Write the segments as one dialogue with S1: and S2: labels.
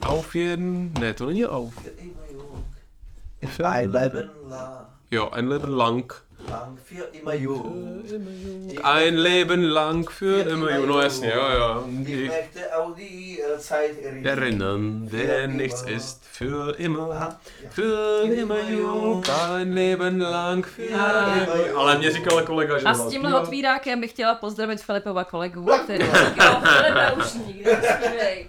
S1: auf jeden... Ne, to není auf.
S2: immer jung.
S3: Für ein Level.
S2: Leben lang,
S1: Jo, ein Leben lang.
S2: lang, für immer jung.
S1: Ein Leben lang für immer jung. No jasně, jo, jo.
S2: Ich
S1: Ich
S2: möchte auch die äh, Zeit erinnern.
S1: erinnern, der nichts ist für immer. Für immer jung, ein Leben lang für immer jung. Ale mě říkal kolega, že
S4: A
S1: byla
S4: s tímhle
S1: zpívá.
S4: otvírákem bych chtěla pozdravit Filipova kolegu, který říkal, Filipe, už nikdy nespívej.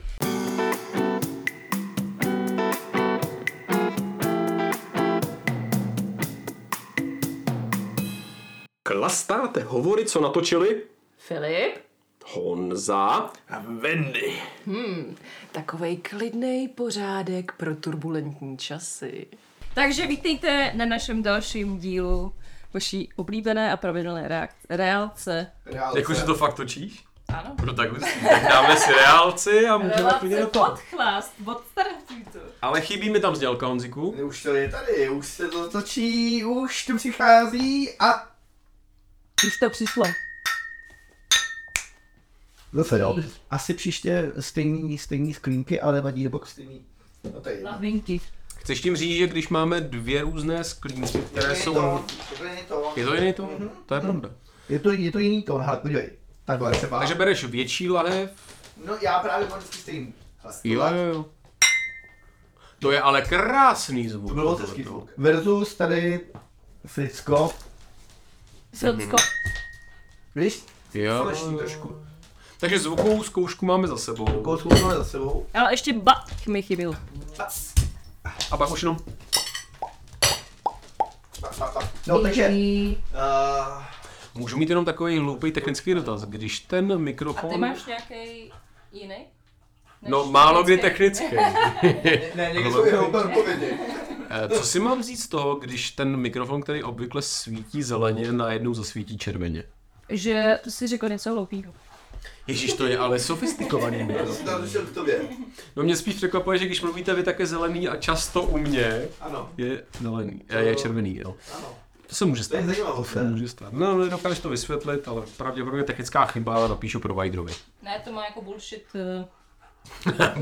S5: Klastáte hovory, co natočili?
S4: Filip?
S5: Honza.
S3: A Wendy.
S6: Takovej klidnej pořádek pro turbulentní časy.
S4: Takže vítejte na našem dalším dílu vaší oblíbené a pravidelné reak- reálce.
S1: Jakože Jako, to fakt točíš?
S4: Ano.
S1: Protagonistí. Tak dáme si reálci a můžeme klidně
S4: Relace
S1: do toho.
S4: pod chlást, od starců.
S1: Ale chybí mi tam znělka, Honziku.
S3: Už to je tady, už se to točí, už to přichází a...
S4: Už to přišlo.
S3: Zase jo. Asi příště stejný, stejný sklínky, ale vadí, nebo stejný. No to je jedno.
S4: Lavinky.
S1: Chceš tím říct, že když máme dvě různé sklínky, které
S2: Je
S1: jsou...
S2: to, je to.
S1: Je to jiný to?
S3: Mhm.
S1: To je pravda.
S3: Je to, je to jiný tón, ale podívej. Takhle třeba.
S1: Takže bereš větší lahev,
S3: No já právě mám vždycky stejný.
S1: jo jo jo. To je ale krásný zvuk.
S3: To byl moc hezký zvuk. Versus tady Fricko.
S4: Silsko.
S3: Víš?
S1: Jo.
S3: Falešný trošku.
S1: Takže zvukovou zkoušku máme za sebou.
S3: Kousku máme za sebou.
S4: Ale ještě bach mi chyběl.
S3: Bas,
S1: A pak už jenom
S3: bas, bas, bas. No takže, uh,
S1: můžu mít jenom takový hloupý technický dotaz. Když ten mikrofon...
S4: nějaký jiný?
S1: No málo kdy technický.
S3: ne, někdy jsou jenom úplně odpovědi.
S1: Eh, Co si mám vzít z toho, když ten mikrofon, který obvykle svítí zeleně, najednou zasvítí červeně?
S4: Že jsi řekl něco hloupýho.
S1: Ježíš, to je ale sofistikovaný
S3: To
S1: mikrofon.
S3: jsem tam došel k tobě.
S1: No mě spíš překvapuje, že když mluvíte vy také zelený a často u mě
S3: Ano,
S1: je zelený, je, je červený, jo.
S3: ano.
S1: To se může
S3: To
S1: stát.
S3: je zajímavost.
S1: To
S3: ne?
S1: může stát. No, nedokážeš to vysvětlit, ale pravděpodobně technická chyba, ale napíšu providerovi.
S4: Ne, to má jako bullshit.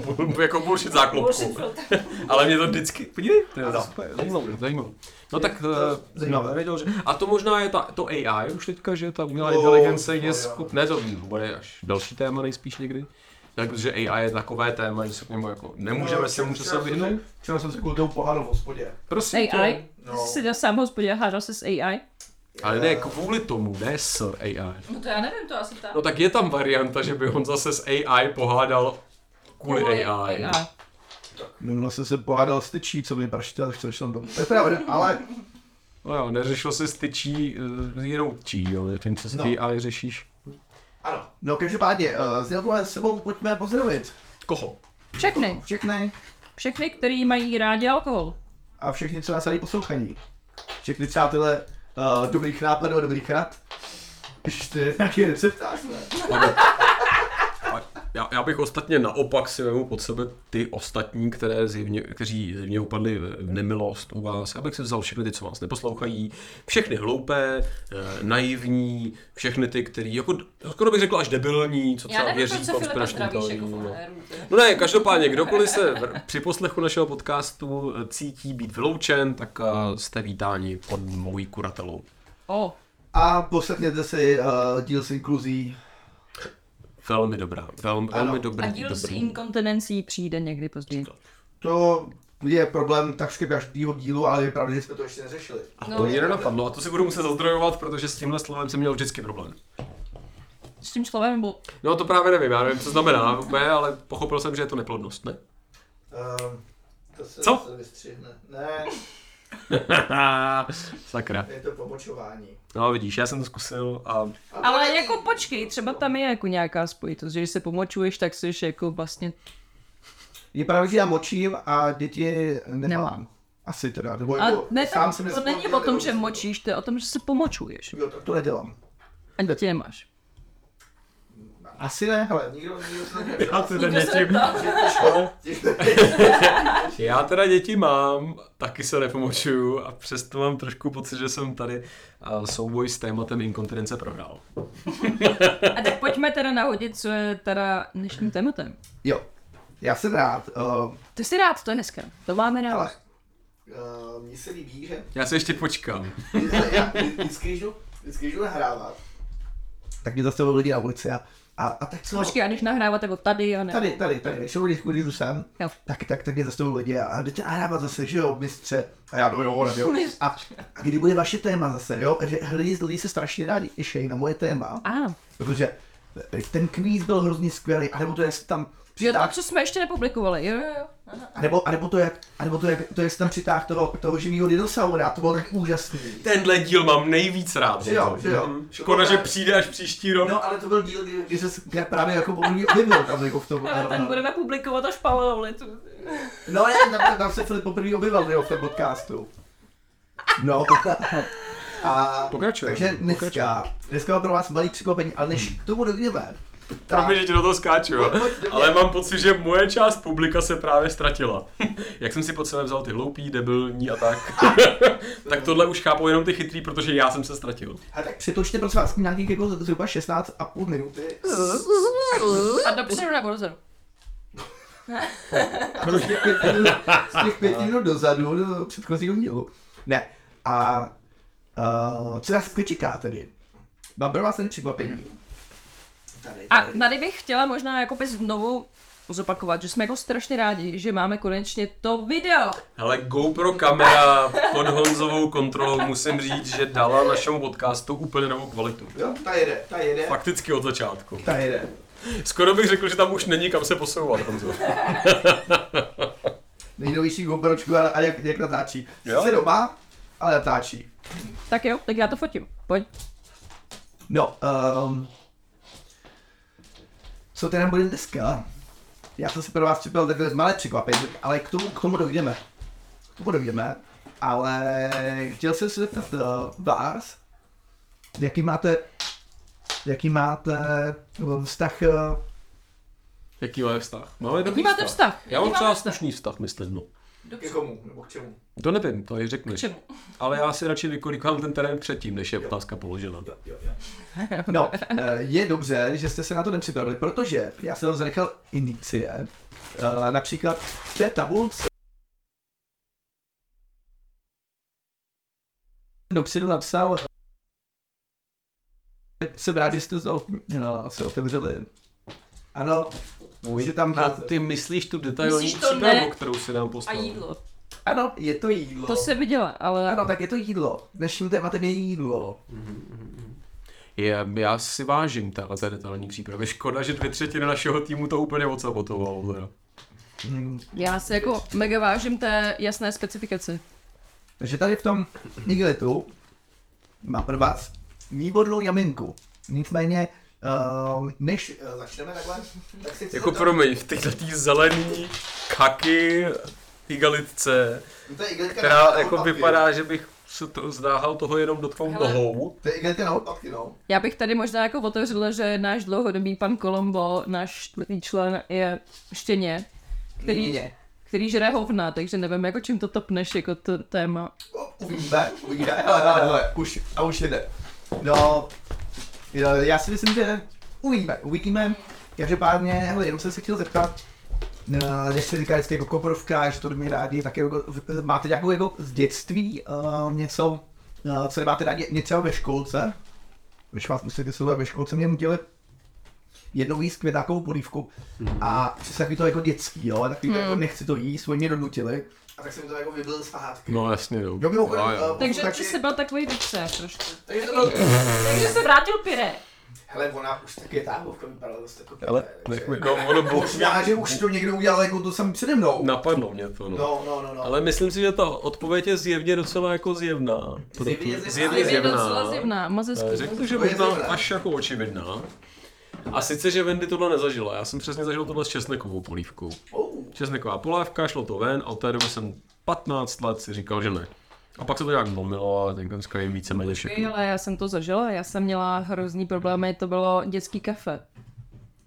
S1: Budu jako bullshit záklopku. ale mě to vždycky... Podívej, to je
S3: Ano.
S1: super, zajímavé, zajímavé. No tak... eh,
S3: zajímavé.
S1: nevěděl, že... A to možná je ta, to AI už teďka, že ta umělá
S3: No,
S1: inteligence je
S3: no,
S1: schopná, ne, to bude až další téma nejspíš někdy. Tak, protože AI je takové téma, že se k němu jako nemůžeme se mu se vyhnout.
S3: Včera jsem se kvůli tomu pohádal v hospodě.
S1: Prosím tě.
S4: AI?
S3: No.
S4: Jsi si na sám hospodě hádal se s AI?
S1: Ale ne kvůli tomu, ne s AI.
S4: No to já nevím, to asi tak.
S1: No tak je tam varianta, že by on zase s AI pohádal kvůli, AI.
S3: Minule jsem se pohádal s tyčí, co mi praštěl, chtěl jsem to. To je pravda, ale
S1: No jo, neřešil se s tyčí, eh, jinou tyčí, jo, ten se s
S3: No.
S1: AI řešíš.
S3: ano. No každopádně, uh, s Jelkou sebou pojďme pozdravit.
S1: Koho?
S4: Všechny.
S3: Všechny.
S4: Všechny, který mají rádi alkohol.
S3: A všechny, co nás tady poslouchají. Všechny přátelé uh, dobrých nápadů a dobrých rad. Když to je nějaký receptář, ne?
S1: A já, já, bych ostatně naopak si vemu pod sebe ty ostatní, které zjevně, kteří zjevně upadli v v nemilost u vás. Já bych si vzal všechny ty, co vás neposlouchají, všechny hloupé, eh, naivní, všechny ty, který, jako, skoro bych řekl až debilní, co třeba věří konspiračním teoriím. no. No ne, každopádně, kdokoliv se v- při poslechu našeho podcastu eh, cítí být vyloučen, tak eh, jste vítáni pod mojí kuratelou.
S4: O,
S3: A poslechněte si uh, díl s inkluzí.
S1: Velmi dobrá, velmi, velmi dobrý,
S4: a díl s
S1: dobrý.
S4: inkontinencí přijde někdy později.
S3: To je problém takřka každého dílu, ale je pravda, že jsme to ještě neřešili.
S1: A to mě nenapadlo, a to si budu muset zazdrojovat, protože s tímhle slovem jsem měl vždycky problém.
S4: S tím slovem byl...
S1: No to právě nevím, já nevím, co znamená úplně, ale pochopil jsem, že je to neplodnost, ne?
S3: Uh, to se
S1: Co?
S3: zase vystřihne. Ne,
S1: Sakra.
S3: je to pomočování.
S1: No vidíš, já jsem to zkusil a
S4: Ale jako počkej, třeba tam je jako nějaká spojitost, že když se pomočuješ, tak jsi jako vlastně...
S3: Je pravda, že já močím a děti nemám. Asi teda, nebo
S4: A
S3: jako
S4: ne,
S3: sám jsem
S4: to, to není o tom, že močíš, to je o tom, že se pomočuješ.
S3: Jo, tak to nedělám.
S4: A dítě nemáš.
S3: Asi ne, hele. Nikdo, nikdo se nedělá.
S1: já teda děti, já teda děti mám, taky se nepomočuju a přesto mám trošku pocit, že jsem tady a souboj s tématem inkontinence prohrál.
S4: A tak pojďme teda nahodit, co je teda dnešním tématem.
S3: Jo. Já jsem rád. Uh,
S4: To jsi rád, to je dneska. To máme rád.
S3: ale uh, mně se líbí, že
S1: Já se ještě počkám.
S3: já
S2: Vždycky, když jdu, vždycky, když jdu nahrávat,
S3: tak mě zase lidi na ulici a, a, a tak co?
S4: Počkej, a když nahrávat jako tady a ne.
S3: Tady, tady, tady, když jsou lidi, když jdu sem,
S4: Jo.
S3: tak, tak, tak mě zase lidi a, a jdete nahrávat zase, že jo, mistře. A já, no jo, ne, jo. A, a kdy bude vaše téma zase, jo? Že lidi, lidi se strašně rádi těší na moje téma,
S4: A,
S3: protože ten kvíz byl hrozně skvělý, anebo to je tam
S4: jo, to,
S3: přitáh,
S4: co jsme ještě nepublikovali, jo, jo, jo.
S3: anebo, anebo, to je, anebo to je, to je tam přitáh toho, toho živýho dinosaura, to bylo tak úžasný.
S1: Tenhle díl mám nejvíc rád.
S3: Že jo, že jo.
S1: Škoda, že přijde až příští rok.
S3: No ale to byl díl, kdy, kdy se kde právě jako poprvé objevil tam jako v tom.
S4: Ale ten budeme publikovat až Pavlou litu.
S3: No ne, tam, tam se Filip poprvé objevil jo, v tom podcastu. No, tak a,
S1: Pokračujeme, Hmm.
S3: takže dneska, dneska mám pro vás malý překvapení, ale než k tomu dojdeme, tak
S1: Promiň, že ti do toho skáču, jo. ale mám pocit, že moje část publika se právě ztratila. Jak jsem si pod sebe vzal ty hloupý, debilní a tak, tak tohle už chápou jenom ty chytrý, protože já jsem se ztratil.
S3: a tak přetočte prosím vás nějakých jako zhruba 16 a půl minuty.
S4: A dopředu nebo dozadu?
S3: A to z těch pět minut, z těch pět minut dozadu do předchozího dílu. Ne. A uh, co nás čeká tedy? Mám pro vás ten překvapení.
S2: tady,
S4: A
S2: tady.
S4: tady bych chtěla možná jako by znovu zopakovat, že jsme jako strašně rádi, že máme konečně to video.
S1: Hele, GoPro kamera pod Honzovou kontrolou, musím říct, že dala našemu podcastu úplně novou kvalitu.
S2: Jo, ta jede, ta jede.
S1: Fakticky od začátku.
S3: Ta jede.
S1: Skoro bych řekl, že tam už není kam se posouvat, Honzo.
S3: Nejnovější GoPročku a, a jak, jak natáčí.
S1: Jo.
S3: Sice doma, ale natáčí.
S4: Tak jo, tak já to fotím. Pojď.
S3: No, um, co teda bude dneska? Já jsem si pro vás připravil takové malé překvapení, ale k tomu, k tomu dojdeme. K tomu dojdeme, ale chtěl jsem se zeptat uh, vás, jaký máte, jaký máte eh, vztah eh,
S1: Jaký máme vztah? Máme dobrý
S4: Jaký máte vztah?
S1: Já mám
S4: Jaký
S1: třeba
S4: máte vztah?
S1: slušný vztah, myslím, no.
S2: Ke komu, nebo k čemu?
S1: To nevím, to ji řekneš.
S4: čemu?
S1: Ale já si radši vykolikám ten terén předtím, než je otázka položena.
S3: No, eh, je dobře, že jste se na to nepřipravili, protože já jsem vám zanechal indicie. Eh, Například v té tabulce dopředu napsal jsem rád, že jste to no, se otevřeli. Ano, může tam dát ty...
S1: Ty myslíš tu detailní
S4: Myslíš to ne?
S1: přípravu, kterou si nám
S4: A
S1: poslal?
S4: jídlo.
S3: Ano, je to jídlo.
S4: To se viděla, ale...
S3: Ano, tak je to jídlo. Dnešním tématem je jídlo.
S1: Je, já si vážím téhle té detailní přípravy. Škoda, že dvě třetiny našeho týmu to úplně odsabotovalo. Teda.
S3: Hmm.
S4: Já se jako mega vážím té jasné specifikace.
S3: Takže tady v tom Nigletu mám pro vás výbornou jaminku. Nicméně, uh, než
S2: Eh, Začneme takhle? Tak si chci
S1: Jako
S2: zeptat-
S1: promiň, v této tý zelený kaky igalitce,
S2: To je igelitka
S1: která
S2: na
S1: jako
S2: odpadky.
S1: vypadá, že bych se to zdáhal toho jenom dotknout
S4: Hele.
S1: nohou.
S2: To je igelitka na odpadky, no.
S4: Já bych tady možná jako otevřela, že náš dlouhodobý pan Kolombo, náš čtvrtý člen, je štěně, který,
S3: Míně.
S4: který žere hovna, takže nevím, jako čím to topneš, jako to téma.
S3: O, uvidíme, uvidíme, hele, hele, hele, už, a už jede. No, jo, já si myslím, že uvidíme, uvidíme. Každopádně, hele, jenom jsem se chtěl zeptat, eh, než se říká, jestli jako koprovka, že to mě rádi, tak jako, v- máte nějakou jako z dětství uh, něco, uh, co máte rádi, něco ve školce? Když vás musíte sledovat ve školce, mě udělali jednou jíst květákovou polívku a přesně takový to jako dětský, jo, takový to jako nechci to jíst, oni mě donutili.
S2: A tak jsem to jako vybil z fahátky.
S1: No jasně, jo.
S3: Jo, mimochodem,
S1: Jo, jo.
S3: eh,
S4: Takže
S3: posluchači-
S4: ty jsi byl takový depřář trošku.
S2: Takže to bylo...
S4: Takže se vrátil pire.
S2: Hele, ona už taky ta hlavka vypadala dost jako...
S1: Ale nech mi, no ono boh
S3: Možná, že už to někdo udělal jako to sami přede mnou.
S1: Napadlo mě to, no.
S2: No, no, no, no.
S1: Ale myslím si, že ta odpověď je zjevně docela jako zjevná.
S2: Zjevně zjevná.
S1: zjevně
S4: Je
S2: Zjevně
S1: no.
S4: docela zjevná, moc hezký.
S1: Řeknu, že
S2: To je
S1: možná
S2: zjevná.
S1: až jako očividná. A sice, že Wendy tohle nezažila. Já jsem přesně zažil tohle s česnekovou polívkou.
S2: Oh,
S1: Česneková polévka, šlo to ven a od té doby jsem 15 let si říkal, že ne. A pak se to nějak zlomilo, ale ten konec je víceméně všechno.
S4: Ale já jsem to zažila, já jsem měla hrozný problémy, to bylo dětský kafe.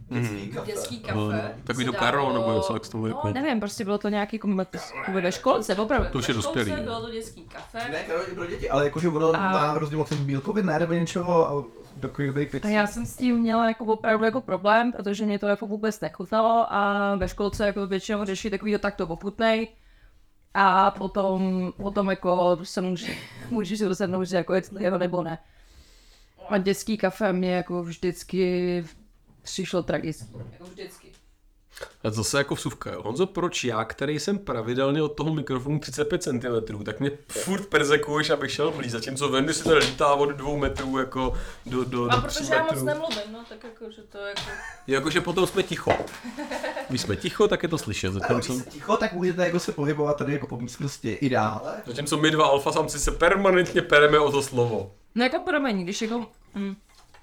S2: dětský kafe.
S4: Dětský
S1: No, no. Takový to karo, nebo něco, jak se tomu
S4: No,
S1: jako...
S4: nevím, prostě bylo to nějaký jako ve školce, opravdu.
S1: To už je
S4: Ve školce
S1: dospělý, ne?
S4: Bylo to dětský kafe.
S2: Ne, Karol, i pro děti, ale
S3: Ale jakože ono
S4: A-
S3: má hrozně moc bílkovin, ne, nebo něčeho a Takový dobrý
S4: A
S3: pizza.
S4: já jsem s tím měla jako opravdu jako problém, protože mě to jako vůbec nechutnalo a ve školce jako většinou řeší takový tak to poputnej. A potom, potom jako se může, může si rozhodnout, že jako jestli jeho nebo ne. A dětský kafe mě jako vždycky přišlo tragicky. Jako vždycky.
S1: A zase jako vsuvka, jo. Honzo, proč já, který jsem pravidelně od toho mikrofonu 35 cm, tak mě furt perzekuješ, abych šel blíž, zatímco Wendy si to lítá od dvou metrů jako do, do,
S4: A
S1: do tří
S4: protože já moc
S1: metrů.
S4: nemluvím, no tak jako, že to jako...
S1: Jakože potom jsme ticho. Když jsme ticho, tak je to slyšet.
S3: Když
S1: Zatímco,
S3: jste ticho, tak můžete jako se pohybovat tady jako po místnosti ideál.
S1: zatímco my dva alfa samci se permanentně pereme o to slovo.
S4: No jako promiň, když jako... Hm,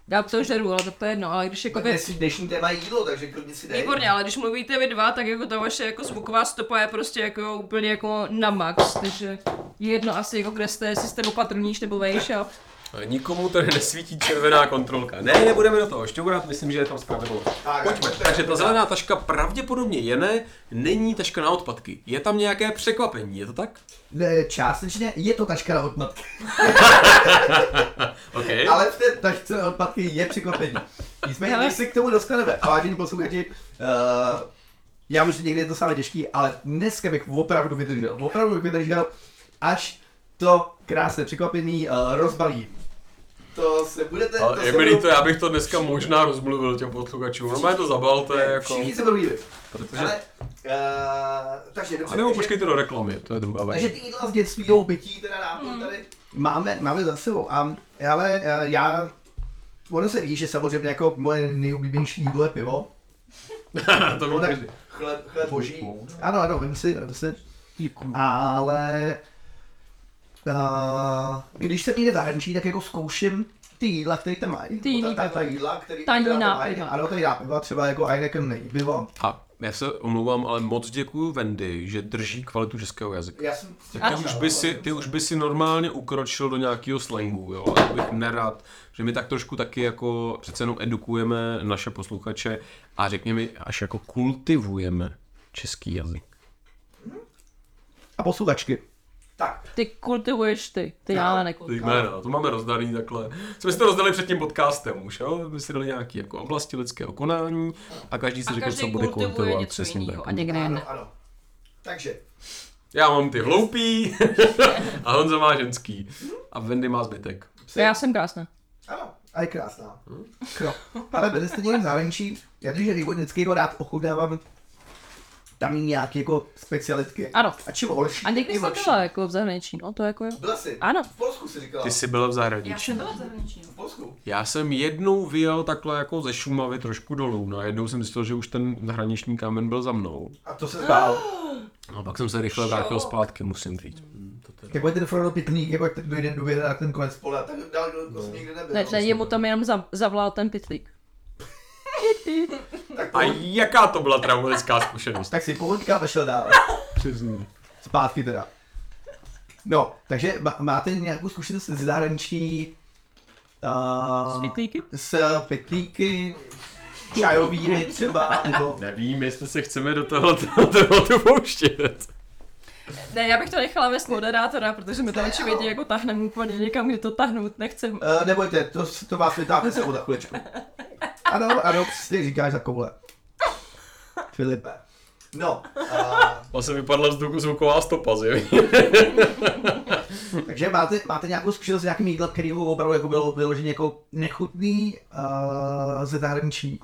S4: já to žeru, ale tak to je jedno, ale když jako... Vy,
S2: Dnes, dnešní téma je jídlo, takže klidně si dej.
S4: Výborně, ale když mluvíte vy dva, tak jako ta vaše jako zvuková stopa je prostě jako úplně jako na max, takže je jedno asi jako kde jste, jestli jste opatrníš nebo vejš a...
S1: Ale nikomu tady nesvítí červená kontrolka. Ne, nebudeme do toho. Šťourat, myslím, že je tam spravedlnost.
S2: Tak,
S1: Pojďme.
S2: tak,
S1: Takže ta zelená taška pravděpodobně je ne, není taška na odpadky. Je tam nějaké překvapení, je to tak?
S3: Ne, Částečně je to taška na odpadky,
S1: OK.
S3: ale v té tašce na odpadky je překvapení. Nicméně,
S4: Hele.
S3: než se k tomu dostaneme, a vážení posluchači, uh, já myslím, že někdy je to samé těžký, ale dneska bych opravdu vydržel, opravdu bych vydržel, až to krásné překvapení uh, rozbalí.
S2: To se budete... to
S1: Ale
S2: se
S1: je mi líto,
S2: budou-
S1: já bych to dneska možná rozmluvil těm posluchačům. Normálně to zabalte, jako...
S3: Všichni se budou líbit. eh,
S1: Protože...
S2: Ale, uh, takže dobře.
S1: A nebo
S2: takže-
S1: počkejte do reklamy, to je druhá
S3: Takže
S1: věc.
S3: ty jídla z dětského bytí
S2: teda
S4: Hmm.
S2: nám to tady...
S3: máme, máme za sebou. A, ale eh, já, ono se ví, že samozřejmě jako moje nejoblíbenější jídlo je pivo.
S1: to bylo
S3: tak-
S1: každý.
S2: Chleb, chleb No, boží.
S3: Ano, ano, vím si, vím si. Ale uh, když jsem někde v zahraničí, tak jako zkouším ty jídla, které tam mají.
S4: Ty jiný
S3: Ta- ta- ta jídla.
S2: Jídla, který...
S4: Ta jiná.
S3: Mají, Ano, tady dá piva, třeba jako Heineken nejpivo.
S1: A já se omlouvám, ale moc děkuju Wendy, že drží kvalitu českého jazyka.
S2: Já jsem...
S1: Ty už, by si, ty už by si normálně ukročil do nějakého slangu, jo, a to bych nerad, že my tak trošku taky jako přece jenom edukujeme naše posluchače a řekněme, až jako kultivujeme český jazyk.
S3: A posluchačky.
S2: Tak,
S4: Ty kultivuješ ty, ty já ale nekultivuji.
S1: Jména, to máme rozdaný takhle. Jsme si to rozdali před tím podcastem už, jo? My si dali nějaké jako oblasti lidského konání a každý si
S4: A
S1: řekl, co
S4: každý
S1: bude
S4: kultivuje
S1: kultivovat.
S4: něco
S1: přesně
S4: jiného
S1: tak.
S4: a někde je ne.
S2: ano, ano. Takže,
S1: Já mám ty hloupý a Honza má ženský a Wendy má zbytek.
S4: A Já jsem krásná.
S2: ano.
S3: A je krásná. Jo. Ale byli jste někde v zahraničí, já když je vývodnický jako rád ochutnávám tam nějaké jako specialitky.
S4: Ano.
S3: A čím horší,
S4: A někdy
S3: tím
S4: jsem
S3: lepší.
S4: byla jako v zahraničí, no to jako jo.
S2: Byla jsi.
S4: Ano.
S2: V Polsku si říkala.
S1: Ty jsi byla v zahraničí.
S4: jsem byla v zahraničí, no.
S2: V Polsku.
S1: Já jsem jednou vyjel takhle jako ze Šumavy trošku dolů, no a jednou jsem zjistil, že už ten hraniční kámen byl za mnou.
S2: A to se stalo.
S1: No a pak jsem se rychle vrátil zpátky, musím říct.
S3: Jako je ten Frodo Pitný, jako jak ten dojde, dojde na ten konec
S2: Pole, tak dál kdo jsem nikdy nebyl.
S4: Ne, ne, jemu tam jenom za, zavlal ten pitlík.
S1: A jaká to byla traumatická zkušenost?
S3: Tak si pohodka vešel dál.
S1: Přesně.
S3: Zpátky teda. No, takže ma- máte nějakou zkušenost ze zahraničí? Uh,
S4: Pitlíky?
S3: s pitlíky, čajovými třeba, nebo...
S1: Nevím, jestli se chceme do tohle tématu pouštět.
S4: Ne, já bych to nechala vést moderátora, protože mi to očividně jako tahneme úplně někam, kde to tahnout nechcem.
S3: Uh, nebojte, to, to vás vytáhne sebou na chvilečku. Ano, ano, přesně říkáš za koule. Filipe. eh,
S2: No, a
S1: Vlastně vypadla zvuku zvuková stopa, zjevně.
S3: Takže máte, máte nějakou zkušenost s nějakým jídlem, který opravdu jako bylo vyloženě jako nechutný uh, ze zahraničí?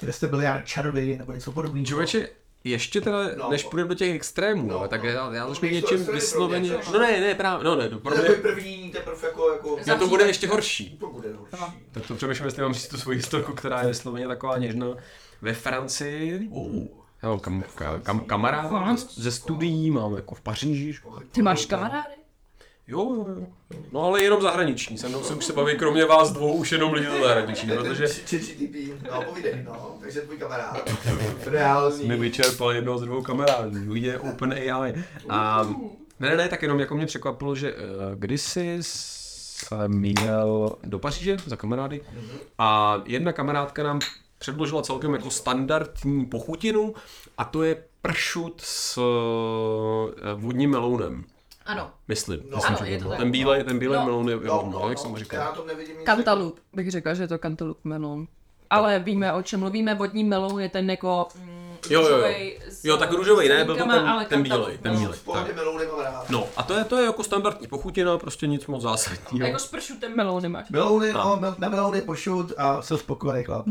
S3: Kde jste byli já čarovi nebo něco podobného?
S1: Čověče, ještě teda,
S2: No.
S1: než půjdeme do těch extrémů,
S2: No,
S1: no, tak
S2: no.
S1: já, já začnu
S2: Víš, to
S1: něčím
S2: extrémy
S1: vysloveně.
S2: pro mě,
S1: No ne, ne, právě, no ne, no,
S2: to
S1: pro
S2: je
S1: mě,
S2: takový první, teprve jako... jako
S1: no, to bude ještě horší.
S2: to bude horší.
S1: Tak to přemýšlím, jestli mám říct tu svoji historku, která je vysloveně taková něžná. Ve Francii, já mám Oh. kam, kam, kam, kamaráda ze- ze studií, mám jako v Paříži. že?
S4: Ty máš kamarády?
S1: Jo, jo, jo. No ale jenom zahraniční, se mnou se už se baví, kromě vás dvou, už jenom lidi ze zahraničí, protože
S2: ChatGPT, no povídej, no, takže tvůj kamarád. Reální.
S1: mi vyčerpal jednoho z dvou kamarádů, je OpenAI. A ne, ne, ne, tak jenom jako mě překvapilo, že eh, kdysi jsem jel do Paříže za kamarády a jedna kamarádka nám předložila celkem jako standardní pochutinu a to je pršut s eh, vodním melounem.
S4: Ano,
S1: Myslím.
S2: No,
S1: myslím
S4: ano,
S1: že
S4: je
S1: to
S4: to
S1: bylo.
S4: tak.
S1: ten bílej, ten bílej
S4: No,
S1: melon je, je
S2: No,
S1: no,
S2: no,
S1: jak jsem
S2: no,
S1: říkal.
S2: já na tom nevidím nic.
S4: Cantaloup, bych řekla, že je to cantaloup melon. Ale víme, o čem mluvíme. Vodní melon je ten jako... Mm,
S1: Jo, jo, jo.
S4: růžovej s-
S1: Jo, tak růžovej ne, byl to
S4: linkama,
S1: ten-
S4: ale no,
S1: ten
S4: cantaloup
S1: bílej, ten
S4: melon.
S1: bílej.
S2: V pohodě melou nemám rád.
S1: No a to je, to je jako standardní pochutina, prostě nic moc zásadního.
S4: Jako spršu ten melon nemáš.
S3: Melouny, no, mel- na melouny pošut a jsem spokojený chlap.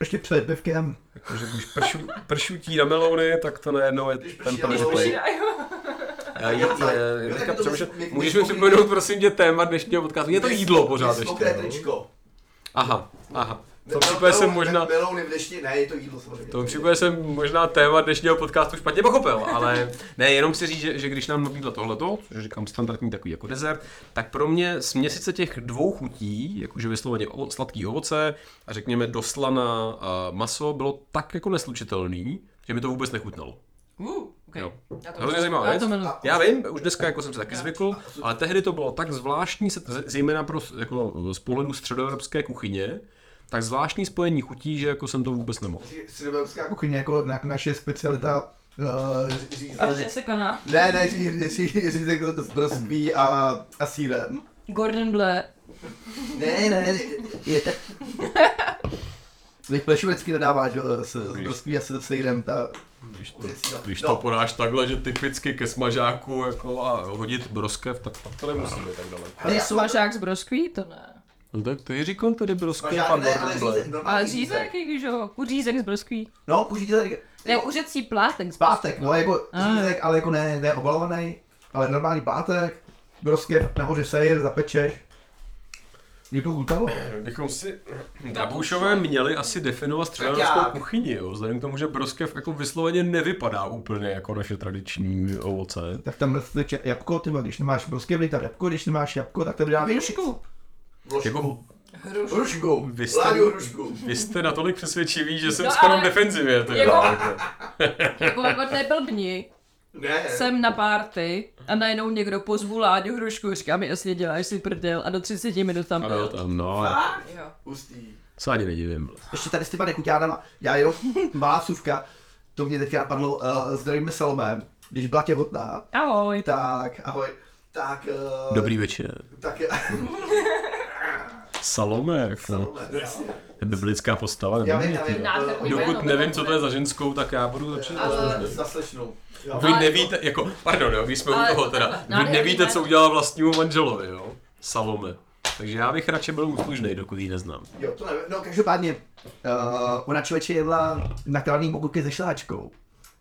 S3: Ještě před pivkem.
S1: Takže když pršu, pršutí na melony, tak to najednou je ten
S2: prší na
S1: pršplej.
S2: melony.
S1: Je,
S2: Jo,
S1: je,
S2: tak
S1: teďka
S2: to
S1: přemýšlím-
S2: musí- my-
S1: Můžeš mi
S2: my-
S1: připomenout, prosím tě, téma dnešního podcastu. Je to jídlo pořád
S2: Mokré
S1: ještě. no?
S2: tričko.
S1: Aha, aha. V tom
S2: Mel-
S1: případě jsem
S2: melou-
S1: možná...
S2: Melouny v dešti, ne, je to jídlo samozřejmě.
S1: V tom případě jsem možná téma dnešního podcastu špatně pochopil, ale ne, jenom si říct, že, že když nám nabídla tohleto, což říkám standardní takový jako dezert, tak pro mě směsice těch dvou chutí, jakože vysloveně ovo, sladký ovoce a řekněme doslana a maso, bylo tak jako neslučitelný, že mi to vůbec nechutnalo.
S4: Uh, okay.
S1: Jo.
S4: Já to-
S1: Hrozně zajímavá
S4: Já
S1: věc.
S4: to melon.
S1: Já vím, už dneska jako jsem se taky zvykl, ale tehdy to bylo tak zvláštní, se- ze- zejména pro, jako, z pohledu středoevropské kuchyně, tak zvláštní spojení chutí, že jako jsem to vůbec nemohl.
S2: Středoevropská kuchyně.
S3: Kuchyně jako na, naše specialita. Uh,
S4: Takže se koná.
S3: ne, ne, že si takhle jako to s brosbí a, a sírem.
S4: Gordon Bleu.
S3: Ne, ne, je to... Teď plešu vždycky dodává, že jo, s, s brosbí a se sírem, ta...
S1: Když to, když
S2: No.
S1: to podáš takhle, že typicky ke smažáku jako a hodit broskev, tak pak to nemusíme tak daleko.
S3: Ne, jsou
S4: Smažák z broskví? To ne.
S1: No tak to je říkal tady broskev
S2: Možná ne, ale řízek,
S4: Ale
S2: normální
S4: řízek, i když jo, kuřízek z broskví.
S3: No, užijte
S4: Ne, uřecí plátek z
S3: pátek, no, jako řízek, ale jako ne, ne obalovaný, ale normální pátek. Broskev nahoře sejr, zapečeš. Mě to chutalo.
S1: Bychom si Daboušové měli asi definovat středoevropskou
S2: Tak já.
S1: kuchyni, jo, vzhledem k tomu, že broskev jako vysloveně nevypadá úplně jako naše tradiční ovoce.
S3: Tak tam rostliče jabko, ty vole, když nemáš broskev, dej tam jabko, když nemáš jabko, tak tam dá hrušku.
S1: Jako
S3: Hrušku.
S1: vy jste,
S2: Láďu hrušku.
S1: vy jste natolik přesvědčivý, že jsem
S4: No,
S1: no, skoro v
S4: ale-
S1: defenzivě. Teda.
S4: Jako-
S1: Jako...
S4: Jako, jako neblbni.
S2: Ne.
S4: Jsem na párty a najednou někdo pozvu Láďu Hrušku, říká mi, jasně děláš si prdel a do 30 minut tam
S1: Ano,
S4: byl.
S1: tam, no,
S4: Jo.
S2: Hustý.
S1: se ani nedivím.
S3: Ještě tady s těma nekuťárama, já jenom malá suvka, to mě teďka napadlo uh, s Darym Selmem, když byla těhotná,
S4: Ahoj.
S3: tak ahoj,
S2: Tak, eh,
S1: Dobrý večer.
S2: tak
S1: Salome, jako, je biblická postava.
S2: já
S1: nevím,
S2: vím, já
S1: ty-
S2: vím.
S4: Nádherný
S2: eh,
S4: jméno.
S1: Dokud nevím, co to je za ženskou, tak já budu lepší.
S2: Ale... Zaslešnou. Jo.
S1: Vy nevíte, jako, pardon, jo, když jsme u
S4: Ale no,
S1: toho
S4: to
S1: teda,
S4: takhle.
S1: vy
S4: Nádherný
S1: nevíte,
S4: jméno.
S1: co udělala vlastnímu manželovi, jo? Salome. Takže já bych radši byl úslužný, dokud ji neznám.
S2: Jo, to nevím. No, každopádně.
S3: Každopádně, uh, ona člověče jedla nakládaný okurky se šláčkou.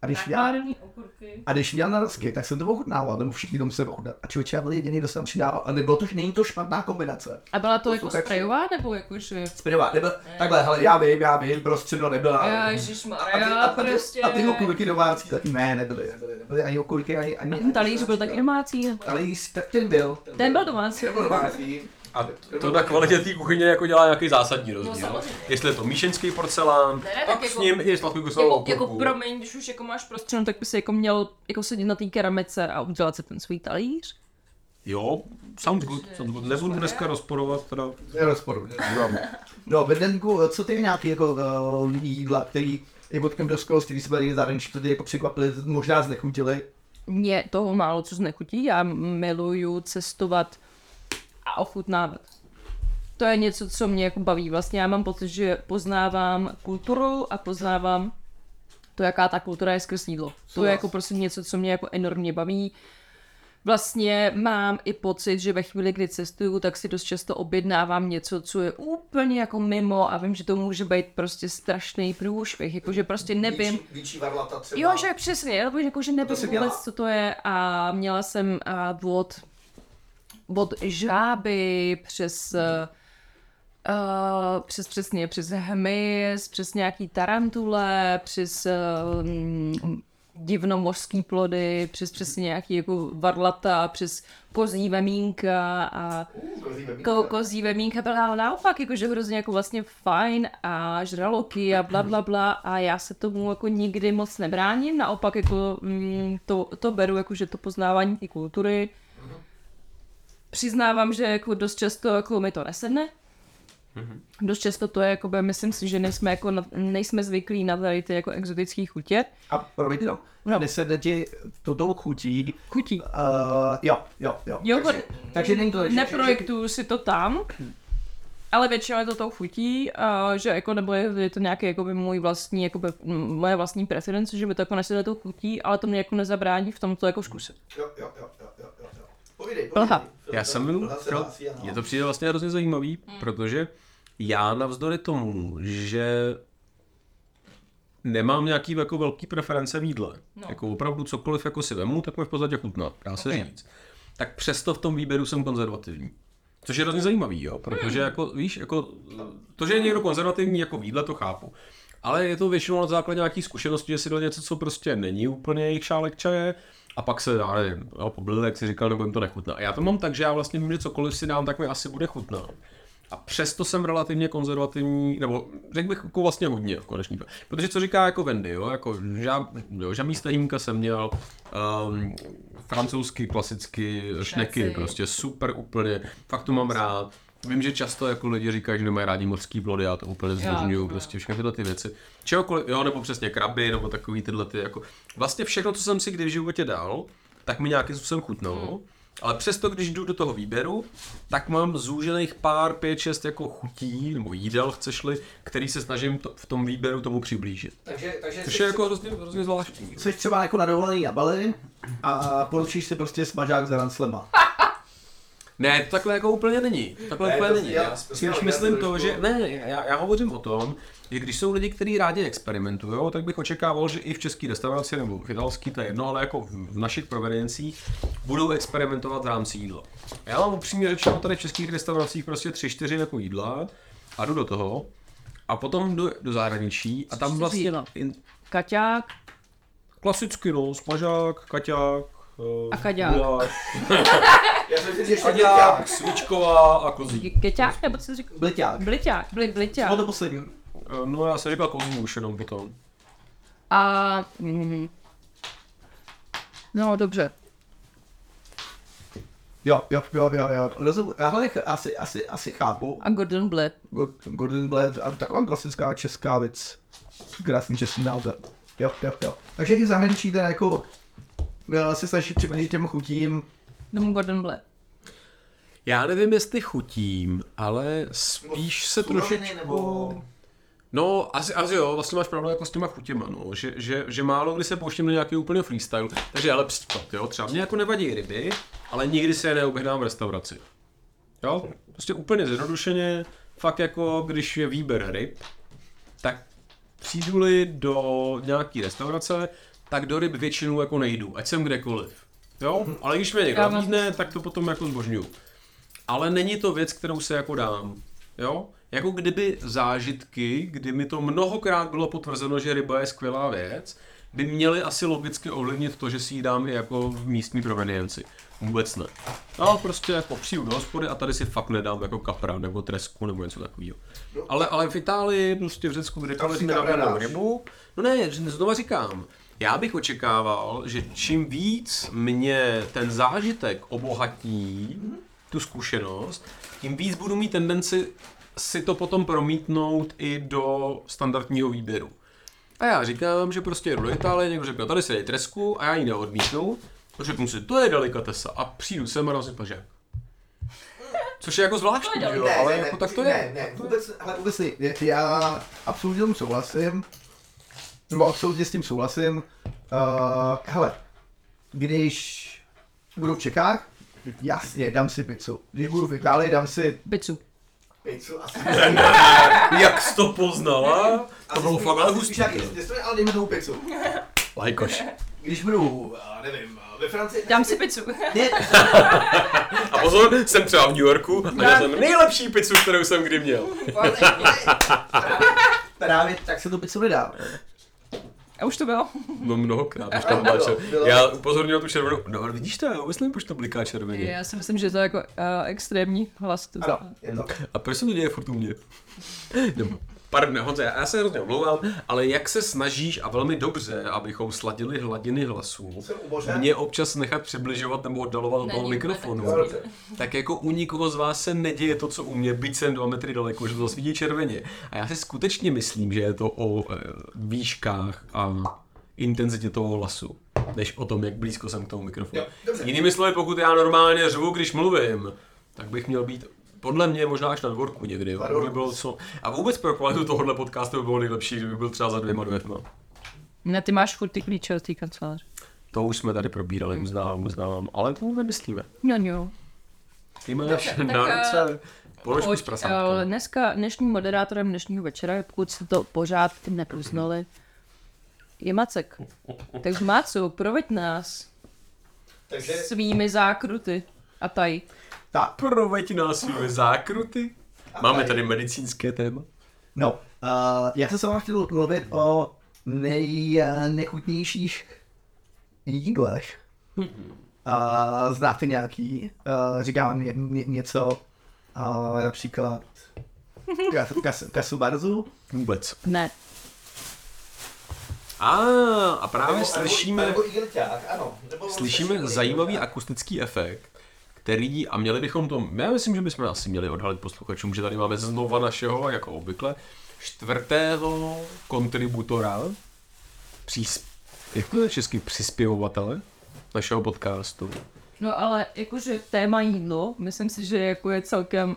S3: A když měla,
S4: okurky.
S3: a když měla na rozky, tak jsem to ochutnával, nebo všichni to museli ochutnat. A člověče já byl jediný, kdo jsem přidával. A nebylo to, není to špatná kombinace.
S4: A byla to jako
S3: tak-
S4: sprejová nebo jako, jakože...
S3: Spinová, nebyl, takhle, hele, já vím, já vím, prostě to nebyla. a ty,
S4: Ježišmarja, prostě.
S3: a, ty, a ty okurky domácí, tak ne, nebyly. Byly ani okurky, ani... ani
S4: Ten talíř byl tak domácí.
S3: Ale jsi, tak ten byl.
S4: Ten byl domácí.
S2: Nebo domácí.
S1: A to na kvalitě té kuchyně jako dělá nějaký zásadní rozdíl.
S4: No, samozřejmě.
S1: Jestli je to míšeňský porcelán,
S4: Ne, ne,
S1: tak
S4: tak
S1: s
S4: jako-
S1: ním je sladkou kusovou
S4: Jako, jako promiň, když už jako máš prostřenu, tak by si jako měl jako sedět na té keramice a udělat si ten svůj talíř.
S1: Jo, sounds good, sounds good. Nebudu dneska rozporovat, teda.
S3: Nerozporu. No, Bedenku, co ty nějaký jako uh, jídla, který je bodkem do školství, když jsme byli v zahraničí, který jako překvapili, možná znechutili.
S4: Mě toho málo co znechutí, já miluju cestovat a ochutnávat. To je něco, co mě jako baví. Vlastně já mám pocit, že poznávám kulturu a poznávám to, jaká ta kultura je skrz jídlo. To je jako prostě něco, co mě jako enormně baví. Vlastně mám i pocit, že ve chvíli, kdy cestuju, tak si dost často objednávám něco, co je úplně jako mimo a vím, že to může být prostě strašný průšvih, jakože prostě nevím,
S2: Výčí- Výčí varlata třeba.
S4: Jo, že přesně, nebo jako, že nevím
S2: jsi měla?
S4: vůbec, co to je a měla jsem a, od, od žáby přes, uh, přes přesně, přes hmyz, přes nějaký tarantule, přes uh, divnomořský plody, přes přesně nějaký jako varlata, přes kozí vemínka a
S2: Kozí bebínka.
S4: ko- kozí vemínka byla naopak jakože hrozně jako vlastně fajn a žraloky a bla, bla, bla a já se tomu jako nikdy moc nebráním, naopak jako mm, to, to beru jako, že to poznávání té kultury přiznávám, že jako dost často jako mi to nesedne, Dost často to je, jakoby, myslím si, že nejsme, jako na, nejsme zvyklí na tady ty jako exotické chutě.
S3: A promiňte, no.
S4: No.
S3: Nesete ti to tou chutí.
S4: Chutí.
S3: Uh, jo, jo, jo.
S4: Jo, takže,
S3: Takže není to...
S4: neprojektuju si to tam, ale většinou je to tou chutí, a že jako, nebo je, je to nějaký jakoby můj vlastní, jakoby, m, moje vlastní preference, že by to jako nesvědlo tou chutí, ale to mě jako nezabrání v tom to jako zkusit.
S2: Jo, jo, jo, jo, jo, jo, jo. Povídej,
S4: Plha.
S2: povídej.
S1: Já jsem
S2: Plha se
S1: chtěl,
S2: hlásí, ano.
S1: je to přijde vlastně hrozně zajímavý,
S4: Hmm.
S1: protože já navzdory tomu, že nemám nějaký jako velký preference v jídle, no. jako opravdu cokoliv jako si vemu, tak mi v podstatě chutná, dá se okay. říct. Tak přesto v tom výběru jsem konzervativní. Což je hrozně zajímavý, jo, protože jako, víš, jako, to, že je někdo konzervativní jako v jídle, to chápu. Ale je to většinou na základě nějakých zkušeností, že si dal něco, co prostě není úplně jejich šálek čaje, a pak se, já nevím, jo, poblil, jak si říkal, nebo jim to nechutná. A já to mám tak, že já vlastně vím, že cokoliv si dám, tak mi asi bude chutná. A přesto jsem relativně konzervativní, nebo řekl bych jako vlastně hodně v konečný. Protože co říká jako Wendy, jo, jako žám, jo, žamý stehínka jsem měl, um, francouzsky, klasicky, šneky, prostě super úplně, fakt to mám rád. Vím, že často jako lidi říkají, že nemají rádi mořský plody, já to úplně zbožňuju, prostě všechny tyhle ty věci. Čehokoliv, jo, nebo přesně kraby, nebo takový tyhle ty, jako vlastně všechno, co jsem si kdy v životě dal, tak mi nějakým způsobem chutnalo. Ale přesto, když jdu do toho výběru, tak mám zúžených pár, pět, šest jako chutí, nebo jídel, chceš-li, který se snažím to, v tom výběru tomu přiblížit.
S2: Takže, takže
S1: Což
S2: jsi-
S1: je jako hrozně, hrozně zvláštní.
S3: Jsi třeba jako na dovolený na Bali a poručíš si prostě smažák s ranslema.
S1: Ne, to takhle jako úplně není. Takhle
S2: Ne,
S1: ne, úplně
S2: to si
S1: není.
S2: já-
S1: Já,
S2: to
S1: já
S2: si
S1: spíš
S2: já
S1: myslím to,
S2: trošku-
S1: že... Ne, já, já hovořím o tom, že když jsou lidi, kteří rádi experimentují, tak bych očekával, že i v české restauraci nebo v italský, to je jedno, ale jako v našich provedencích budou experimentovat v rámci jídla. Já mám upřímně řečeno tady v českých restauracích prostě tři, čtyři jako jídla a jdu do toho a potom jdu do zahraničí a tam
S4: Čtyři
S1: vlastně
S4: jídla.
S1: in-
S4: Kaťák,
S1: klasicky no, smažák, kaťák, eh,
S4: A kaďák.
S1: guláš,
S2: Já jsem si říkal,
S1: Kaďák, svíčková a kozí.
S4: keťák, nebo co jsi říkal?
S3: Bliťák.
S4: Bliťák, bli, bliťák.
S3: Bylo to poslední.
S1: No já jsem říkal kozí už jenom potom.
S4: A... Mm, no, dobře.
S3: Jo, jo, jo, jo, jo. Rozum, já hlavně ch- asi, asi, asi chápu.
S4: A Gordon Bled.
S3: Gor- Gordon Bled, a taková klasická česká věc. Krásný český názor. Jo, jo, jo. Takže i zahraničí teda jako eh, se snaží přiblížit těm chutím.
S4: Domů Gordon Bled.
S1: Já nevím, jestli chutím, ale spíš se
S2: suroviny
S1: trošičku...
S2: nebo-
S1: No, asi, asi jo, vlastně máš pravdu jako s těma chutěma, no, že, že, že málo kdy se pouštím do nějakého úplně freestyle, takže ale příklad, jo, třeba mě jako nevadí ryby, ale nikdy se je neobjednám v restauraci. Jo, prostě úplně zjednodušeně, fakt jako když je výběr ryb, tak přijdu-li do nějaký restaurace, tak do ryb většinou jako nejdu, ať jsem kdekoliv. Jo, ale když mě někdo
S4: Já mám-
S1: nabídne, tak to potom jako zbožňuju. Ale není to věc, kterou se jako dám. Jo? Jako kdyby zážitky, kdy mi to mnohokrát bylo potvrzeno, že ryba je skvělá věc, by měly asi logicky ovlivnit to, že si ji dám i jako v místní provenienci. Vůbec ne. Ale prostě jako přijdu do hospody a tady si fakt nedám jako kapra nebo tresku nebo něco takového. Ale, ale v Itálii, prostě v Řecku, kde
S2: si
S1: tam jsme
S2: kapra
S1: dávali
S2: dáš.
S1: rybu, no ne, znova říkám, já bych očekával, že čím víc mě ten zážitek obohatí, tu zkušenost, tím víc budu mít tendenci si to potom promítnout i do standardního výběru. A já říkám, že prostě jdu do Itálie, někdo řekne, tady se dej tresku a já ji neodmítnu, řeknu si, to je delikatesa a přijdu sem a dám si pažák. Což je jako zvláštní, jo,
S2: Ne,
S1: ale
S2: ne,
S1: jako
S2: ne,
S1: tak to je.
S2: Ne, ne, vůbec,
S3: Ale vůbec ne, já absolutně souhlasím. Nebo absolutně s tím souhlasím. Uh, hele, když budu v Čechách, jasně, dám si pizzu. Když budu v Itálii, dám si
S4: Bicu.
S2: pizzu asi.
S1: Jak jsi to poznala? To bylo
S2: asi-
S1: fakt ale
S2: asi spíš
S1: hustý.
S2: nějaký restaurant, ale dejme tomu pizzu.
S1: Lajkoš.
S2: Když budu, já nevím, ve Francii...
S4: Dám si pizzu.
S1: A pozor, jsem třeba v New Yorku a měl jsem nejlepší pizzu, kterou jsem kdy měl.
S3: právě tak se tu pizzu nedá.
S4: A už to bylo.
S1: No mnohokrát, už tam
S2: Ano,
S1: byla
S2: bylo,
S1: čer-
S2: bylo.
S1: Já upozornil tu červenou. No ale vidíš to, já vůbec nevím, proč to bliká červeně.
S4: Já si myslím, že to je jako uh, extrémní hlas.
S2: No.
S3: No. Ano, je to.
S1: A proč se to děje furt u mě? Nebo Pardon, Honzo, já já se hrozně omlouvám, ale jak se snažíš a velmi dobře, abychom sladili hladiny hlasů,
S2: Jsem ubožen.
S1: mě občas nechat přibližovat nebo oddalovat od toho
S4: Není,
S1: mikrofonu,
S2: tak to je.
S1: tak jako u nikoho z vás se neděje to, co u mě, byť jsem dva metry daleko, že to svítí červeně. A já si skutečně myslím, že je to o e, výškách a intenzitě toho hlasu, než o tom, jak blízko jsem k tomu mikrofonu.
S2: Jo, dobře.
S1: Jinými slovy, pokud já normálně řvu, když mluvím, tak bych měl být podle mě možná až na dvorku někdy. jo. To By bylo co... A vůbec pro kvalitu tohohle podcastu by bylo nejlepší, kdyby byl třeba za dvěma dvěma.
S4: Ne, ty máš furt ty klíče od té kanceláře.
S1: To už jsme tady probírali, uznávám, uznávám, ale to nemyslíme.
S4: No, jo.
S1: Ty máš
S4: tak,
S1: na
S4: eh,
S1: ruce položku s
S4: Pojď, eh,
S1: prasátkem.
S4: dneska, dnešním moderátorem dnešního večera, je, pokud jste to pořád nepoznali, je Macek. Takže Mácu, proveď nás
S2: Takže
S4: svými zákruty a taj.
S3: Tak,
S1: Proveď nás svými zákruty. Máme tady medicínské téma.
S3: no, uh, já jsem se vám chtěl mluvit o nejnechutnějších jídlech. Uh, znáte nějaký? Uh, říkám ně, ně, něco, uh, například kas, kas, kasu barzu.
S1: Vůbec.
S4: Ne,
S1: A, a právě
S2: Nebo,
S1: slyšíme,
S2: nebo igelťák, ano. Nebo
S1: slyšíme zajímavý akustický efekt, který, a měli bychom to, já myslím, že bychom asi měli odhalit posluchačům, že tady máme znova našeho, jako obvykle, čtvrtého kontributora, přís, jak to je česky, přispěvovatele našeho podcastu.
S4: No ale jakože téma jídlo, myslím si, že jako je celkem,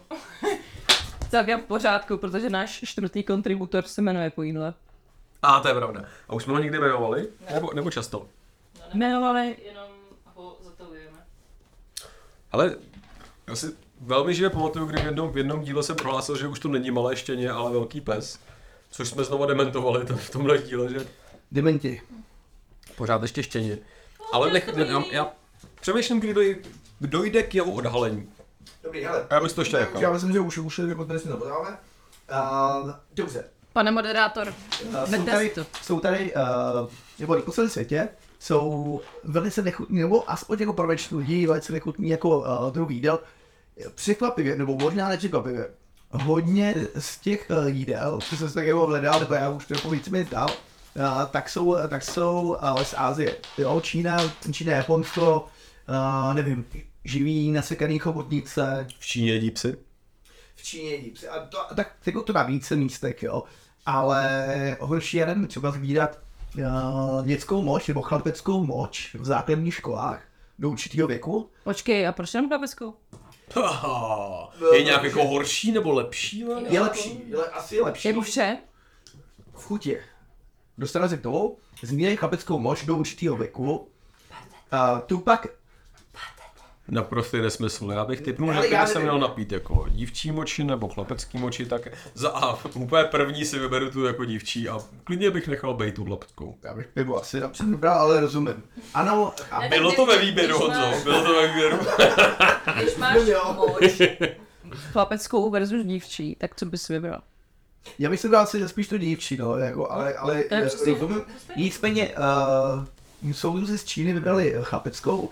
S4: celkem v pořádku, protože náš čtvrtý kontributor se jmenuje po jídle.
S1: A to je pravda. A už jsme ho někdy jmenovali? Nebo, nebo často?
S4: Jmenovali jenom ho zatovujeme.
S1: Ale já si velmi živě pamatuju, když v jednom, v jednom díle jsem prohlásil, že už to není malé štěně, ale velký pes. Což jsme znova dementovali to v tomhle díle, že
S3: Dementi.
S1: pořád ještě štěně. Ale nech, ne, já, já přemýšlím, kdy doj- dojde k jeho odhalení.
S2: Dobrý, hele.
S1: A já bych to ještě nechal.
S3: Já myslím, že už, už je jako tady si nebo
S2: Podáme. Uh,
S3: Eh,
S2: dobře.
S4: Pane moderátor,
S3: Uh, jsou
S4: Vemte
S3: tady,
S4: si to.
S3: jsou tady uh, nebo po celém světě, jsou velice nechutní, nebo aspoň jako pro většinu lidí, velice nechutní jako uh, druhý jídel. Překvapivě, nebo možná nepřekvapivě, hodně z těch uh, jídel, co jsem se tak jako hledal, nebo já už to jako víc mi dal, uh, tak jsou, tak jsou uh, z Asie. Jo, Čína, Čína, Japonsko, uh, nevím, živí nasekaný chobotnice,
S1: V Číně jedí psy.
S2: V Číně jedí psy. A to,
S3: a tak jako to na více místech, jo. Ale horší je nevím, třeba zvídat uh, dětskou moč nebo chlapeckou moč v základních školách do určitého věku.
S4: počkej, a proč jenom kláveskou?
S2: No,
S1: Je nějak jako horší nebo lepší? Ne?
S3: Je lepší,
S2: je, le- asi je lepší.
S4: Jako vše?
S3: v chutě. Dostane se k tomu, zmíněj chlapeckou moč do určitého věku. Uh, tu pak
S1: Naprostý nesmysl. Já bych typnul, že
S2: Ale já
S1: kdyby se
S2: nevím.
S1: měl napít jako dívčí moči nebo chlapecký moči, tak za A úplně první si vyberu tu jako dívčí a klidně bych nechal být tu chlapeckou.
S3: já bych pivo asi napřed vybral, ale rozumím. Ano, a
S1: Bylo to ve výběru, Honzo, bylo to ve výběru.
S4: Když máš moč. Chlapeckou versus dívčí, tak co bys vybral?
S3: já bych se dal asi spíš to dívčí, no, jako, ale, ale
S4: To je prostě-
S3: rozumím. Nicméně uh, soudruzi z Číny vybrali eh, chlapeckou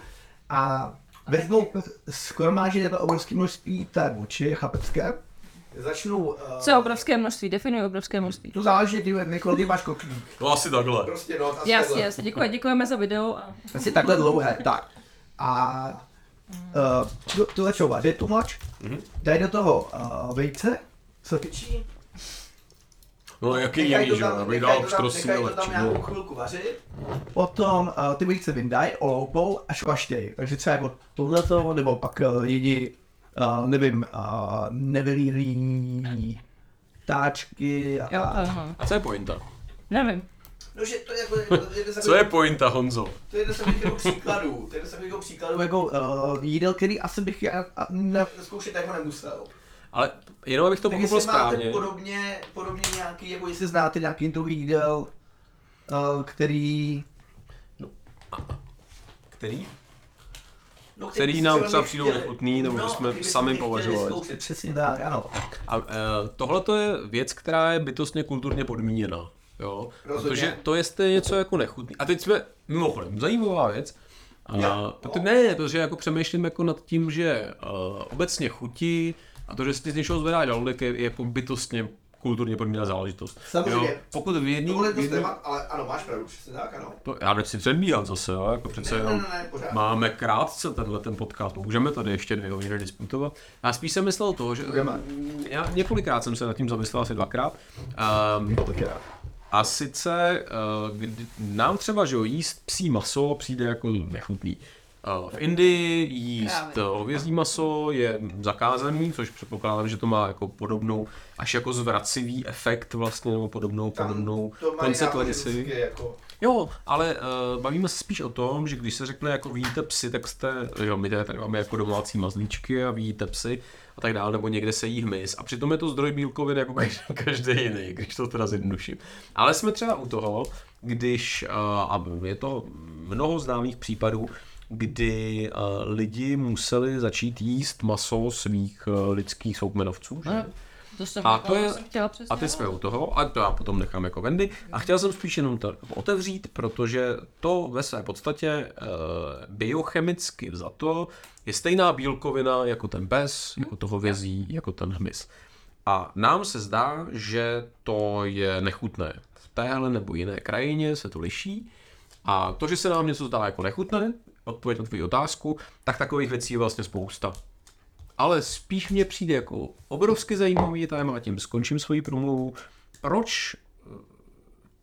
S3: a vezmou skromáží nebo obrovské množství té moči chlapecké. eh,
S2: Začnu... Uh,
S4: Co je obrovské množství? Definuji obrovské množství.
S3: To záleží, kdy, kdy- kolik máš kotlík.
S1: No asi takhle.
S2: Prostě no, asi
S4: Jasně,
S2: takhle.
S4: jasně, děkuji, děkujeme za video. A...
S3: Asi takhle dlouhé, tak. A
S4: Hmm.
S3: uh, tu, tu začnou vařit tu moč,
S2: Mhm.
S3: dají do toho uh, vejce, co tyčí,
S1: No jaký
S2: Nechaj
S1: jiný,
S2: to
S1: že
S2: tam-
S1: jo, abych
S2: nechaj
S1: dal
S2: to tam-
S1: pštrosí
S2: nechaj to
S1: lepší.
S2: tam nějakou chvilku vařit.
S3: potom uh, ty vejce vyndají, oloupou a švaštějí. Takže třeba jako tohleto, nebo pak uh, lidi, uh, nevím, uh, nevylíhlí táčky a,
S4: Jo, aha.
S1: Co je pointa?
S4: Nevím.
S2: No, že to je jako... to je jeden z
S1: Co je
S2: takových-
S1: pointa, Honzo?
S2: To je jeden z takových jako příkladů. To je jeden z takových jako eh, příkladů,
S3: jako uh, jídel, který asi bych já, a, ne,
S2: zkoušet jako nemusel.
S1: Ale jenom abych to
S2: Tak
S1: pochopil
S2: jestli máte
S1: správně.
S2: podobně, podobně nějaký, eh, jako jestli
S3: jestli znáte nějaký druhý jídel, uh, který
S1: Který?
S2: No,
S1: který nám třeba přijdou nechutný, nebo že jsme sami považovali.
S3: přesně tak, ano.
S1: A eh, tohle to je věc, která je bytostně kulturně podmíněna. Jo?
S2: Rozhodně.
S1: Protože to je stejně něco jako nechutný. A teď jsme, mimochodem, zajímavá věc. A,
S2: Jo.
S1: proto, ne, protože jako přemýšlím jako nad tím, že uh, obecně chutí a to, že si z něčeho zvedá žaludek, je je jako bytostně kulturně podmíněná záležitost.
S3: Samozřejmě.
S1: Jo, pokud v jedný,
S2: Tohle je dost
S1: jedný,
S2: téma, ale ano, máš pravdu, přesně tak, ano.
S1: to, No, já nechci předbíhat zase, jo, jako přece
S2: Ne, ne,
S1: jenom.
S2: ne, ne, pořád.
S1: Máme krátce tenhle ten podcast, můžeme tady ještě dvě hodiny disputovat. Já spíš jsem myslel to, že
S3: Můžeme.
S1: já několikrát jsem se nad tím zamyslel, asi dvakrát. Um, a sice eh, kdy, nám třeba, že jo, jíst psí maso přijde jako nechutný. Eh, V Indii jíst
S6: Krávy.
S1: eh, hovězí maso je zakázaný, což předpokládám, že to má jako podobnou, až jako zvracivý efekt vlastně, nebo podobnou, podobnou
S2: to mají
S1: konsekvenci.
S2: náboženské Jako,
S1: Jo, ale uh, bavíme se spíš o tom, že když se řekne, jako vidíte psy, tak jste, jo, my tady tady máme jako domácí mazlíčky a vidíte psy a tak dále, nebo někde se jí hmyz. A přitom je to zdroj bílkovin jako každý, každý jiný, když to teda zjednoduším. Ale jsme třeba u toho, když, uh, a je to mnoho známých případů, kdy uh, lidi museli začít jíst maso svých uh, lidských soukmenovců. Že?
S4: To jsem,
S1: A to je-
S4: jsem chtěla přesně.
S1: A teď jsme u toho, a to já potom nechám jako Wendy. A chtěl jsem spíš jenom to otevřít, protože to ve své podstatě eh, biochemicky za to je stejná bílkovina jako ten pes,
S4: Mhm.
S1: jako to hovězí, jako ten hmyz. A nám se zdá, že to je nechutné. V téhle nebo jiné krajině se to liší. A to, že se nám něco zdá jako nechutné, odpověď na tvoji otázku, tak takových věcí je vlastně spousta. Ale spíš mě přijde jako obrovsky zajímavý téma, a tím skončím svoji promluvu. Proč eh,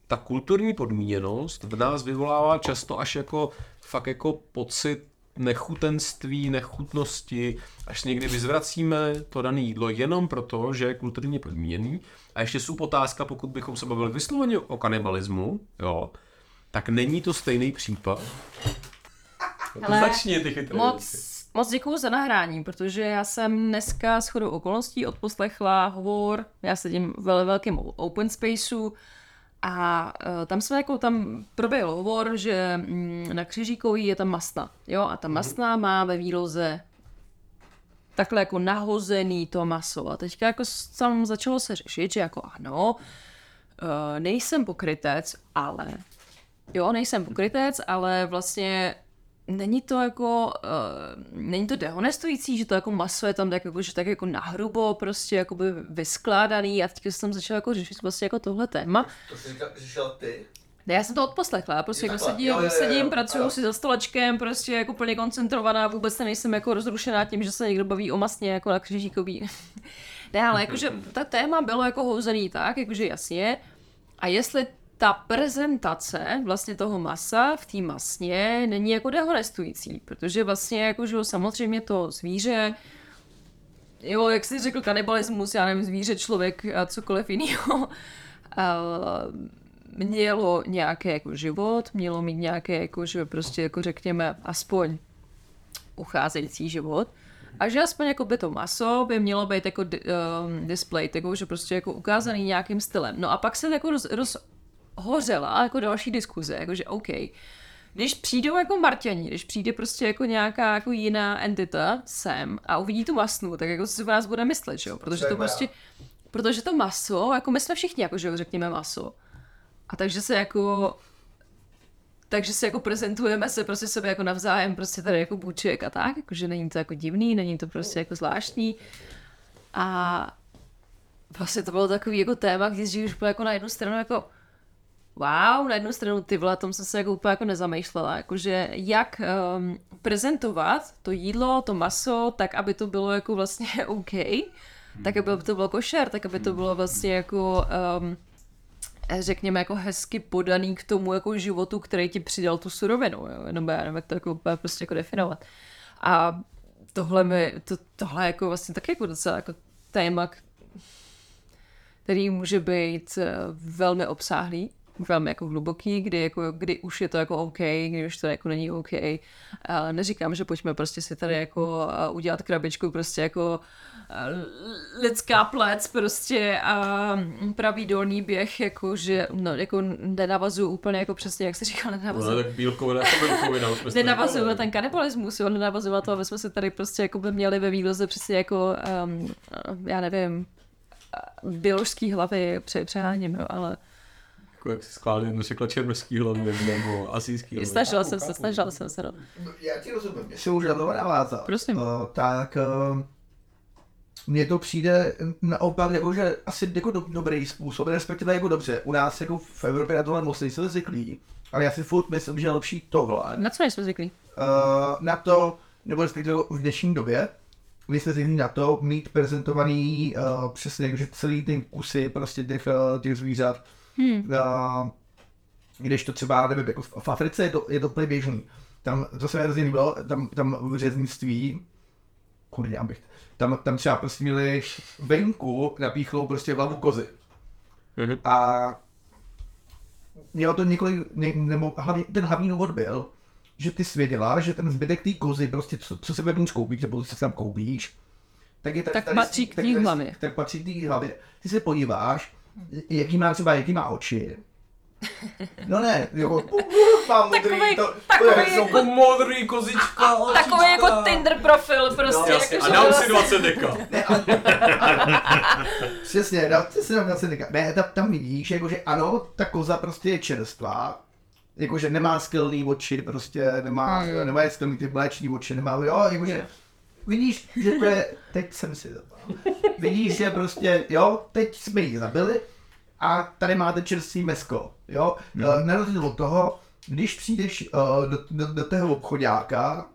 S1: ta kulturní podmíněnost v nás vyvolává často až jako fakt jako pocit nechutenství, nechutnosti, až někdy vyzvracíme to dané jídlo jenom proto, že je kulturně podmíněný. A ještě jsou otázka, pokud bychom se bavili vysloveně o kanibalismu, jo, tak není to stejný případ. No to
S4: Hele,
S1: začni ty chytré
S4: Moc,
S1: věci.
S4: moc děkuju za nahrání, protože já jsem dneska s chodou okolností odposlechla hovor, já sedím ve velkém open spaceu a eh, tam jsme jako tam proběhl hovor, že mm, na Křižíkový je tam masna, jo, a ta masna má ve výloze takhle jako nahozený to maso a teďka jako s- tam začalo se řešit, že jako ano, eh, nejsem pokrytec, ale jo, nejsem pokrytec, ale vlastně není to jako, uh, není to dehonestující, že to jako maso je tam tak jako, že tak jako nahrubo prostě jakoby vyskládaný a teďka jsem začala jako řešit vlastně jako tohle téma.
S2: to jsi říkal, řešil ty.
S4: Ne, já jsem to odposlechla, já prostě
S2: Je
S4: jako
S2: takhle,
S4: sedím,
S2: jo, jo, jo,
S4: sedím
S2: jo,
S4: pracuju
S2: ano.
S4: si za stolečkem, prostě jako plně koncentrovaná, vůbec se nejsem jako rozrušená tím, že se někdo baví o masně jako na křižíkový. ne, ale jakože
S2: Mhm.
S4: ta téma bylo jako houzený tak, jakože jasně. A jestli ta prezentace vlastně toho masa v té masně není jako dehonestující, protože vlastně jako, že jo, samozřejmě to zvíře jo, jak jsi řekl, kanibalismus, já nevím, zvíře, člověk a cokoliv jiného, mělo nějaký jako život, mělo mít nějaký jako, že prostě jako řekněme aspoň ucházející život. A že aspoň jako by to maso by mělo být jako di- um, display, jako, že prostě jako ukázaný nějakým stylem. No a pak se jako roz, rozhořela jako další diskuze, jako že OK, když přijdou jako Marťani, když přijde prostě jako nějaká jako jiná entita sem a uvidí tu masnu, tak jako co si o nás bude myslet, že jo? Protože to
S2: Třeba já.
S4: prostě, protože to maso, jako my jsme všichni, jako že jo, řekněme maso. A takže se jako takže si jako prezentujeme se prostě sebe jako navzájem, prostě tady jako bůček a tak, jakože není to jako divný, není to prostě jako zvláštní. A vlastně to bylo takový jako téma, když už bylo jako na jednu stranu jako wow, na jednu stranu ty vole, tom jsem se jako úplně jako nezamýšlela, jakože jak um, prezentovat to jídlo, to maso, tak aby to bylo jako vlastně OK, tak aby to bylo košer, tak aby to bylo vlastně jako um, řekněme, jako hezky podaný k tomu jako životu, který ti přidal tu surovinu, jo? jenom já nevím, jak to jako úplně prostě jako definovat. A tohle mi, to, tohle jako vlastně taky jako docela jako téma, k- který může být eh, velmi obsáhlý, velmi jako hluboký, kdy, jako, kdy už je to jako OK, kdy už to jako není OK. A neříkám, že pojďme prostě si tady jako eh, udělat krabičku prostě jako eh, lidská plec prostě a pravý dolní běh, jako že, no, jako nenavazuju úplně jako přesně, jak jsi říkal, nenavazuju
S1: No, tak bílkovina, jako bílkovina, už jsme se
S4: nenavazoval ten kanibalismus, jo, nenavazoval to, aby jsme se tady prostě jako by měli ve výloze přesně jako, um, já nevím, běložský hlavy pře- přeháním, jo, ale
S1: Jako jak si skládal, jednu řekla černošský hlavy nebo asijský hlavy.
S4: snažila jsem se, snažila jsem se, no.
S2: No, Já ti rozumím.
S3: Jestli můžu na to navázat.
S4: Prosím.
S3: O, tak o, Eh, Mně to přijde naopak jako, že asi jako do, dobrý způsob, respektive jako dobře. U nás jako v Evropě na tohle moc nejsem zvyklí, ale já si furt myslím, že je lepší tohle.
S4: Na co nejsme zvyklí?
S3: Eh, na to, nebo respektive jako v dnešní době, vy jste zvyklí na to mít prezentovaný uh, přesně jakože celý ty kusy prostě těch, uh, těch zvířat. Hmm. Uh, když to třeba, nevím, jako v v Africe je to, je to úplně běžný. Tam, to se mi hrozně líbilo, tam, tam v řeznictví, kurně, abych, tam, tam třeba prostě měli venku napíchlou prostě hlavu kozy. A mělo to několik, ne, nebo hlavně, ten hlavní důvod byl, že ty jsi věděla, že ten zbytek té kozy, prostě co, co se vevnitř koupíš, nebo co si tam koupíš, tak, je tady,
S4: Tak
S3: tady-
S4: patří k
S3: tak-
S4: tý
S3: tak-
S4: hlavě.
S3: Tak patří k té hlavě. Ty se podíváš, jaký má třeba, jaký má oči. No ne, jako,
S2: Mám
S4: Takovej-
S2: modrý, to, to
S4: takovej
S2: je
S4: jako-
S2: jako...
S1: modrý kozička,
S4: Takový jako Tinder profil prostě.
S1: Jasně,
S4: jakože
S1: a dám
S4: byla-
S1: si 20 deka.
S3: přesně, dá, ty se tam zase říká, ne, tam, tam vidíš, jako, že ano, ta koza prostě je čerstvá, jakože nemá skvělý oči, prostě nemá, mm. nemá je skvělý ty mléční oči, nemá, jo, jakože, vidíš, že to je, teď jsem si zapal. Vidíš, že prostě, jo, teď jsme ji zabili a tady máte čerstvý mesko, jo. Mm. Na rozdíl od toho, když přijdeš eh, do, do, do tého obchodáka,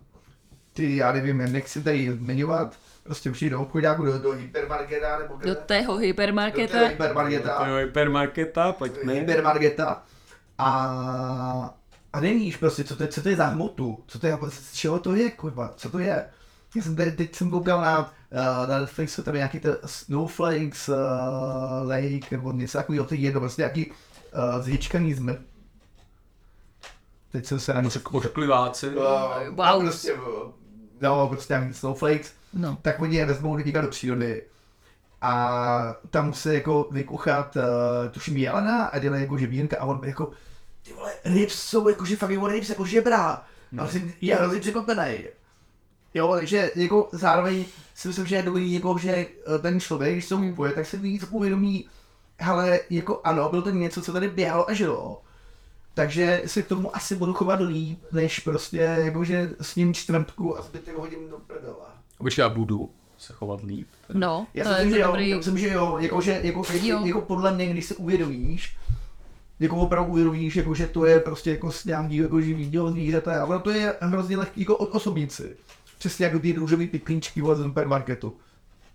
S3: ty, já nevím, nechci tady zmiňovat, prostě přijde do obchodáku, do, do hypermarketa nebo
S4: Do
S3: kde-
S4: tého
S3: do
S4: hypermarketa.
S3: tého hypermarketa,
S1: Hypermarketa, pojďme.
S3: hypermarketa. A, a nevíš prostě, co to, je, co to je za hmotu, co to je, z čeho to je, kurva, co to je. Já jsem tady, teď jsem koukal na, eh, na Netflixu, tam je nějaký ten Snowflakes uh, Lake, nebo něco takového, to je jedno, prostě nějaký uh, zhyčkaný zmrt. Teď jsem se na něco koukal.
S1: Oškliváci.
S2: Wow.
S4: Wow.
S2: Prostě, eh,
S3: No, prostě nějaký Snowflakes
S4: No.
S3: tak oni je vezmou někam do přírody a tam musí jako vykuchat, uh, tuším jelena a dělají jako žebírka a on by jako, ty vole, ryb jsou jako, že fakt jo, ryb jako žebrá. A jsem, já hrozně překvapený. Jo, takže jako zároveň si myslím, že je dobrý, jako, že eh, ten člověk, když se kupuje, tak se víc uvědomí, ale jako ano, bylo to něco, co tady běhalo a žilo. Takže se k tomu asi budu chovat líp, než prostě jakože s ním čtvrtku a zbytek hodím do prdela.
S1: Abych já budu se chovat líp.
S4: No,
S3: Já
S4: to
S3: si myslím,
S4: je
S3: že
S4: to
S3: jo,
S4: dobrý.
S3: já myslím, že jo, jako, že, jako,
S4: Jo.
S3: jako, jako podle mě, když se uvědomíš, jako opravdu uvědomíš, jako, že to je prostě jako s nějaký jako živýho zvířata, ale to je hrozně lehký jako od osobnici. Přesně jako ty růžový piklíčky vole, z supermarketu.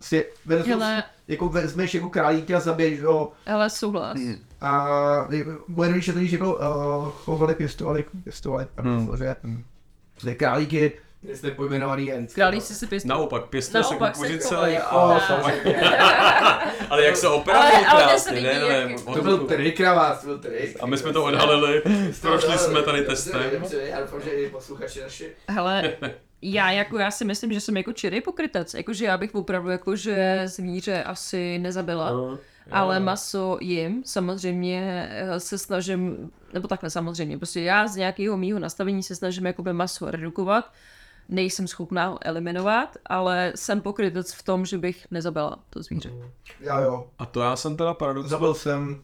S3: Si versus,
S4: Hele.
S3: jako vezmeš jako králíky a zabiješ ho
S4: Ale souhlas.
S3: a jako, uvědomíš, že to již jako uh, chovali, pěstovali, pěstovali, hmm. že ty králíky,
S2: kde jste pojmenovaný Jens.
S4: Králík si si pěstí.
S1: Naopak, pěstuje se
S4: Naopak se
S1: kukuřice,
S4: chovají.
S1: ale- ale jak se opravdu
S4: Ale- ale mě se
S1: krásně,
S4: líbí,
S1: ne,
S4: jak-
S1: ne,
S2: To byl trik na vás, to byl trik.
S1: A my jsme to odhalili, prošli jsme tady
S2: Dobře,
S1: testem.
S2: Dobře, já doufám, že i posluchači naši.
S4: Hele, já jako, já si myslím, že jsem jako čirý pokrytec, jakože já bych opravdu jako, že zvíře asi nezabila,
S1: No, jo,
S4: ale
S1: jo.
S4: maso jim samozřejmě eh, se snažím, nebo takhle samozřejmě, prostě já z nějakého mýho nastavení se snažím jakoby maso redukovat, nejsem schopná ho eliminovat, ale jsem pokrytec v tom, že bych nezabila to zvíře.
S1: Mm.
S3: já jo,
S1: A to já jsem teda paradox.
S3: zabil jsem,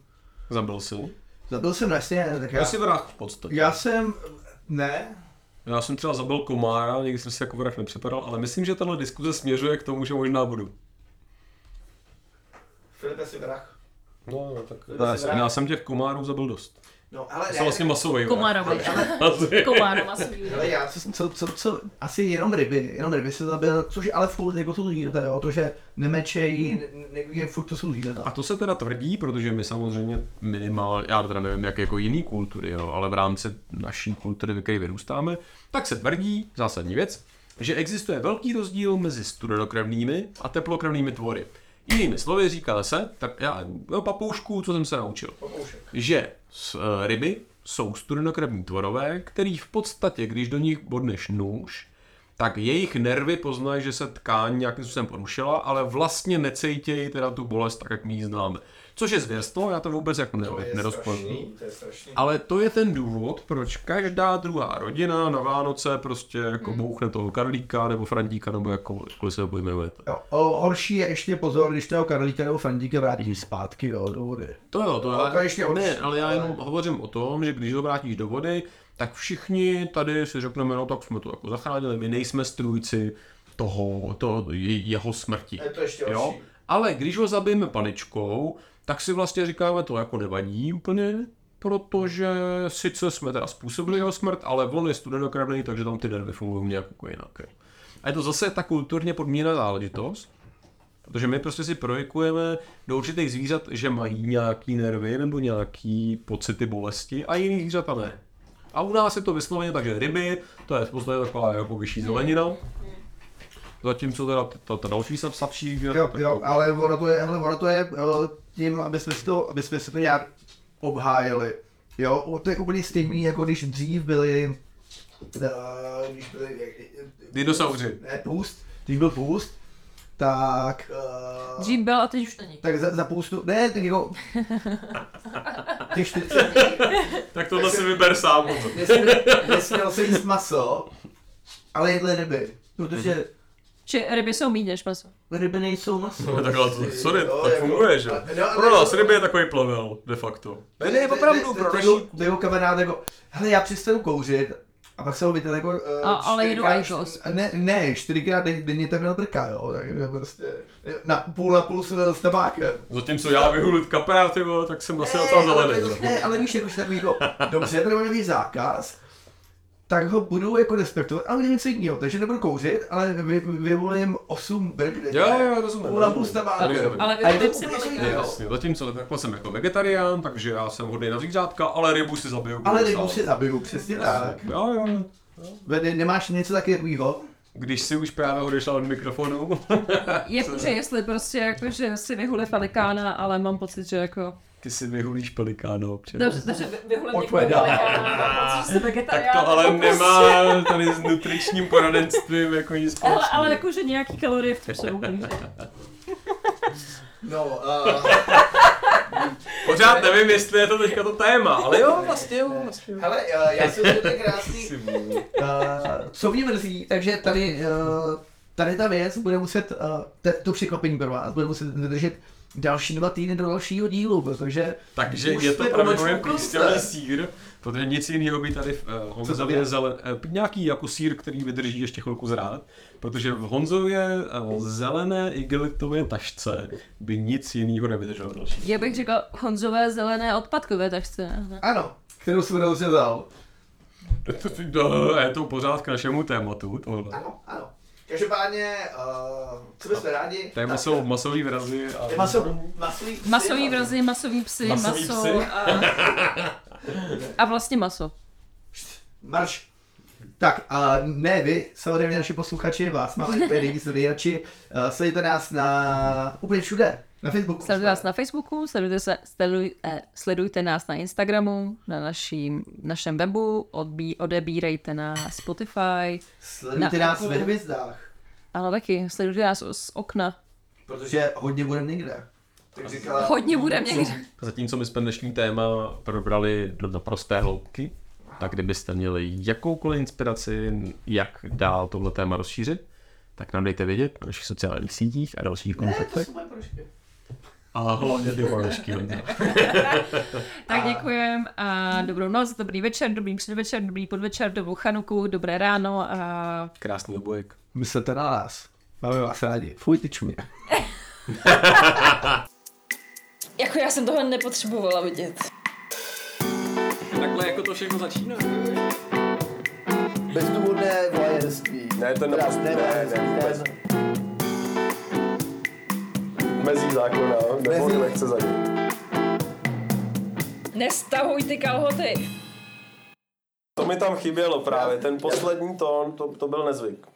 S1: Zabil si.
S3: zabil jsem vlastně, tak já,
S1: Já si vrah v podstatě.
S3: já jsem, ne,
S1: Já jsem třeba zabil komára, nikdy jsem si jako vrah nepřipadal, ale myslím, že tahle diskuze směřuje k tomu, že možná budu.
S2: Filipe si vrah.
S1: No, no tak.
S2: Tak.
S1: Já jsem těch komárů zabil dost.
S2: No, ale
S1: To
S2: ne.
S1: jsou vlastně masový. vrah.
S4: Komárový.
S1: Asi.
S4: Komárová
S3: Ale já co, co, co, co, asi jenom ryby, jenom ryby se zabil, což ale furt jako jsou zvířata, jo, to, že nemečejí, nevím, furt to jsou
S1: A
S3: zvířata.
S1: to se teda tvrdí, protože my samozřejmě minimál, já teda nevím, jak jako jiný kultury, jo, ale v rámci naší kultury, ve které vyrůstáme, tak se tvrdí, zásadní věc, že existuje velký rozdíl mezi studonokrevnými a teplokrevnými tvory. Jinými slovy říká se, tak já, no, papoušku, co jsem se naučil, že s, e, ryby jsou studenokrevní tvorové, který v podstatě, když do nich bodneš nůž, tak jejich nervy poznají, že se tkáň nějakým způsobem porušila, ale vlastně necejtějí teda tu bolest tak, jak my ji známe. Což je zvěrstvo, já to vůbec jako ne,
S2: To je
S1: nerozpojuji.
S2: strašný, to je strašný.
S1: Ale to je ten důvod, proč každá druhá rodina na Vánoce prostě jako hmm. bouchne toho Karlíka nebo Frantíka nebo jakkoliv se ho pojmenujete.
S3: Jo, o, horší je ještě pozor, když toho karlíka nebo fandíka vrátíš zpátky, jo, do vody.
S1: To jo, to,
S3: Ale to ještě horší.
S1: ne, ale já jenom hovořím o tom, že když ho vrátíš do vody, tak všichni tady si řekneme, no tak jsme to jako zachránili, my nejsme strůjci toho, to, je- jeho smrti.
S2: Je to ještě
S1: jo?
S2: horší.
S1: Ale když ho zabijeme paničkou, tak si vlastně říkáme, to jako nevadí úplně, protože sice jsme teda způsobili jeho smrt, ale on je studenokrevný, takže tam ty nervy fungují nějak jako jinak. jo. A je to zase ta kulturně podmíněná záležitost, Protože my prostě si projekujeme do určitých zvířat, že mají nějaký nervy nebo nějaký pocity bolesti a jiných zvířata ne. A u nás je to vysloveně tak, že ryby, to je v podstatě taková jako vyšší zelenina. Zatímco teda ta, ta další sap- sapší, že?
S3: Jo,
S1: tak
S3: jo,
S1: to-
S3: ale ono to je, ale ono to je eh, tím, aby jsme si to, aby jsme si to nějak obhájili. Jo, o, to je úplně stejný, jako když dřív byli, eh, když byli,
S1: Dinosauři.
S3: ne, eh, půst, když byl půst, tak, eh,
S4: Dřív byl a teď už není.
S3: tak za, za půstu, ne, tak jako, těch 40,
S1: Tak tohle si vyber sám.
S3: nesměl, nesměl se jíst maso, ale jedli ryby, protože
S4: Či ryby jsou míň než maso.
S3: ryby nejsou maso.
S1: Takhle, to, sorry,
S2: Jo,
S1: tak
S2: jako-
S1: funguje, že?
S2: a- no,
S1: Pro
S2: no,
S1: nás
S2: no.
S1: ryby je takový plevel, de facto. Ne, ne, opravdu, pro naši...
S3: To to jeho kamarád jako, hele, já přestanu kouřit, a pak se ho vytáhl jako... eh,
S4: A- ale
S3: čtyřikrát-
S4: jedu ajkos.
S3: Ne, ne, čtyřikrát den- denně takhle brká, jo, tak jako prostě na půl na půl se s tabákem.
S1: Zatímco já vyhulu kapra, ty vole, tak jsem asi docela
S3: ale,
S1: zelený. no.
S3: to- ne, ale víš, jako že takový jako, dobře, tady mám nový zákaz, tak ho budu jako respektovat, ale udělám něco jiného, takže nebudu kouřit, ale vy, vyvolím 8 brk denně.
S1: Jo, jo, rozumím.
S3: Půl na půl s tabákem.
S1: Rozumím.
S4: Ale
S3: A je to
S4: vyrobím si
S3: úplně
S4: malý
S3: jiný, jo.
S1: Jasně, zatímco takhle jsem jako vegetarián, takže já jsem hodný na zvířátka, ale rybu si zabiju.
S3: Ale
S1: budu
S3: rybu
S1: sám.
S3: si zabiju, přesně tak.
S1: Jo, jo.
S3: Vede, nemáš něco takového?
S1: Když si už právě odešla od mikrofonu.
S4: Je že jestli prostě jako, že si vyhuli pelikána, ale mám pocit, že jako...
S1: Ty si vyhulíš pelikáno občas.
S4: Dobře, takže vy- vyhulím
S3: Pojďme
S4: někoho
S3: dál.
S4: pelikána, mám pocit, že
S1: Tak
S4: jste vegetarián.
S1: to ale nemá tady s nutričním poradenstvím jako nic
S4: Ale,
S1: společného.
S4: ale jakože nějaký kalorie v tom jsou, takže...
S2: No, uh,
S1: Pořád nevím, jestli je to teďka to téma, ale jo, vlastně jo, vlastně jo.
S2: hele, eh, já si myslím, že to je krásný.
S1: Ty vole.
S3: Uh, co mě mrzí, takže tady, uh, tady ta věc bude muset, uh, te, to překvapení pro vás, bude muset vydržet další dva týdny do dalšího dílu, protože
S1: Takže
S3: Už
S1: je to
S3: jsme
S1: pravděpodobně
S3: pomalu u konce.
S1: pístelný sír, protože nic jiného by tady eh, Honza
S3: to
S1: zavě
S3: je?
S1: zelen, eh, nějaký jako sír, který vydrží ještě chvilku zrát, protože v Honzově eh, zelené igelitově tašce by nic jiného nevydrželo další.
S4: Já bych řekla Honzové zelené odpadkové tašce. ne?
S3: ano, kterou jsem rozřezal.
S1: To je to pořád k našemu tématu, tohle.
S2: Ano, ano. Každopádně, uh, co bychom rádi?
S1: Téma
S2: tak-
S1: jsou masový vrazy a...
S2: Maso, masový, psy,
S4: Masový
S2: ano.
S4: vrazy, masový psy,
S1: Masový
S4: maso
S1: psy.
S4: a... A vlastně maso.
S3: Marš. Tak a ne vy, samozřejmě naši posluchači, vás máme úplně nejvíc nejradši. Uh, sledujte nás na úplně všude, na Facebooku.
S4: Sledujte nás na Facebooku, sledujte, se, sleduj, eh, sledujte nás na Instagramu, na naším, našem webu, odbí, odebírejte na Spotify,
S3: Sledujte
S4: na-
S3: nás ve hvězdách,
S4: ale taky sledujte nás z okna.
S3: protože hodně budeme někde.
S2: Tak říkala,
S4: Hodně bude někde.
S1: Zatímco my jsme dnešní téma probrali do naprosté hloubky, tak kdybyste měli jakoukoliv inspiraci, jak dál tohle téma rozšířit, tak nám dejte vědět na našich sociálních sítích a dalších
S2: ne, to
S1: kontaktech.
S2: jsou moje prošky.
S1: A hlavně ty horešky.
S4: Tak děkujem a dobrou noc, dobrý večer, dobrý předvečer, dobrý podvečer, dobrou chanuku, dobré ráno a
S1: Krásný obojek.
S3: Myslete na nás. Máme vás rádi. Fuj, ty čumě.
S7: Jako já jsem tohle nepotřebovala vidět.
S5: Takhle jako to všechno začíná.
S2: Bezdůvodné vlajerství.
S5: Ne, to ne, ne, ne, vůbec. Mezí zákona, nebo
S2: Mezí-
S5: nechce za ním.
S7: Nestahuj ty kalhoty.
S5: To mi tam chybělo právě, ten poslední tón, to, to byl nezvyk.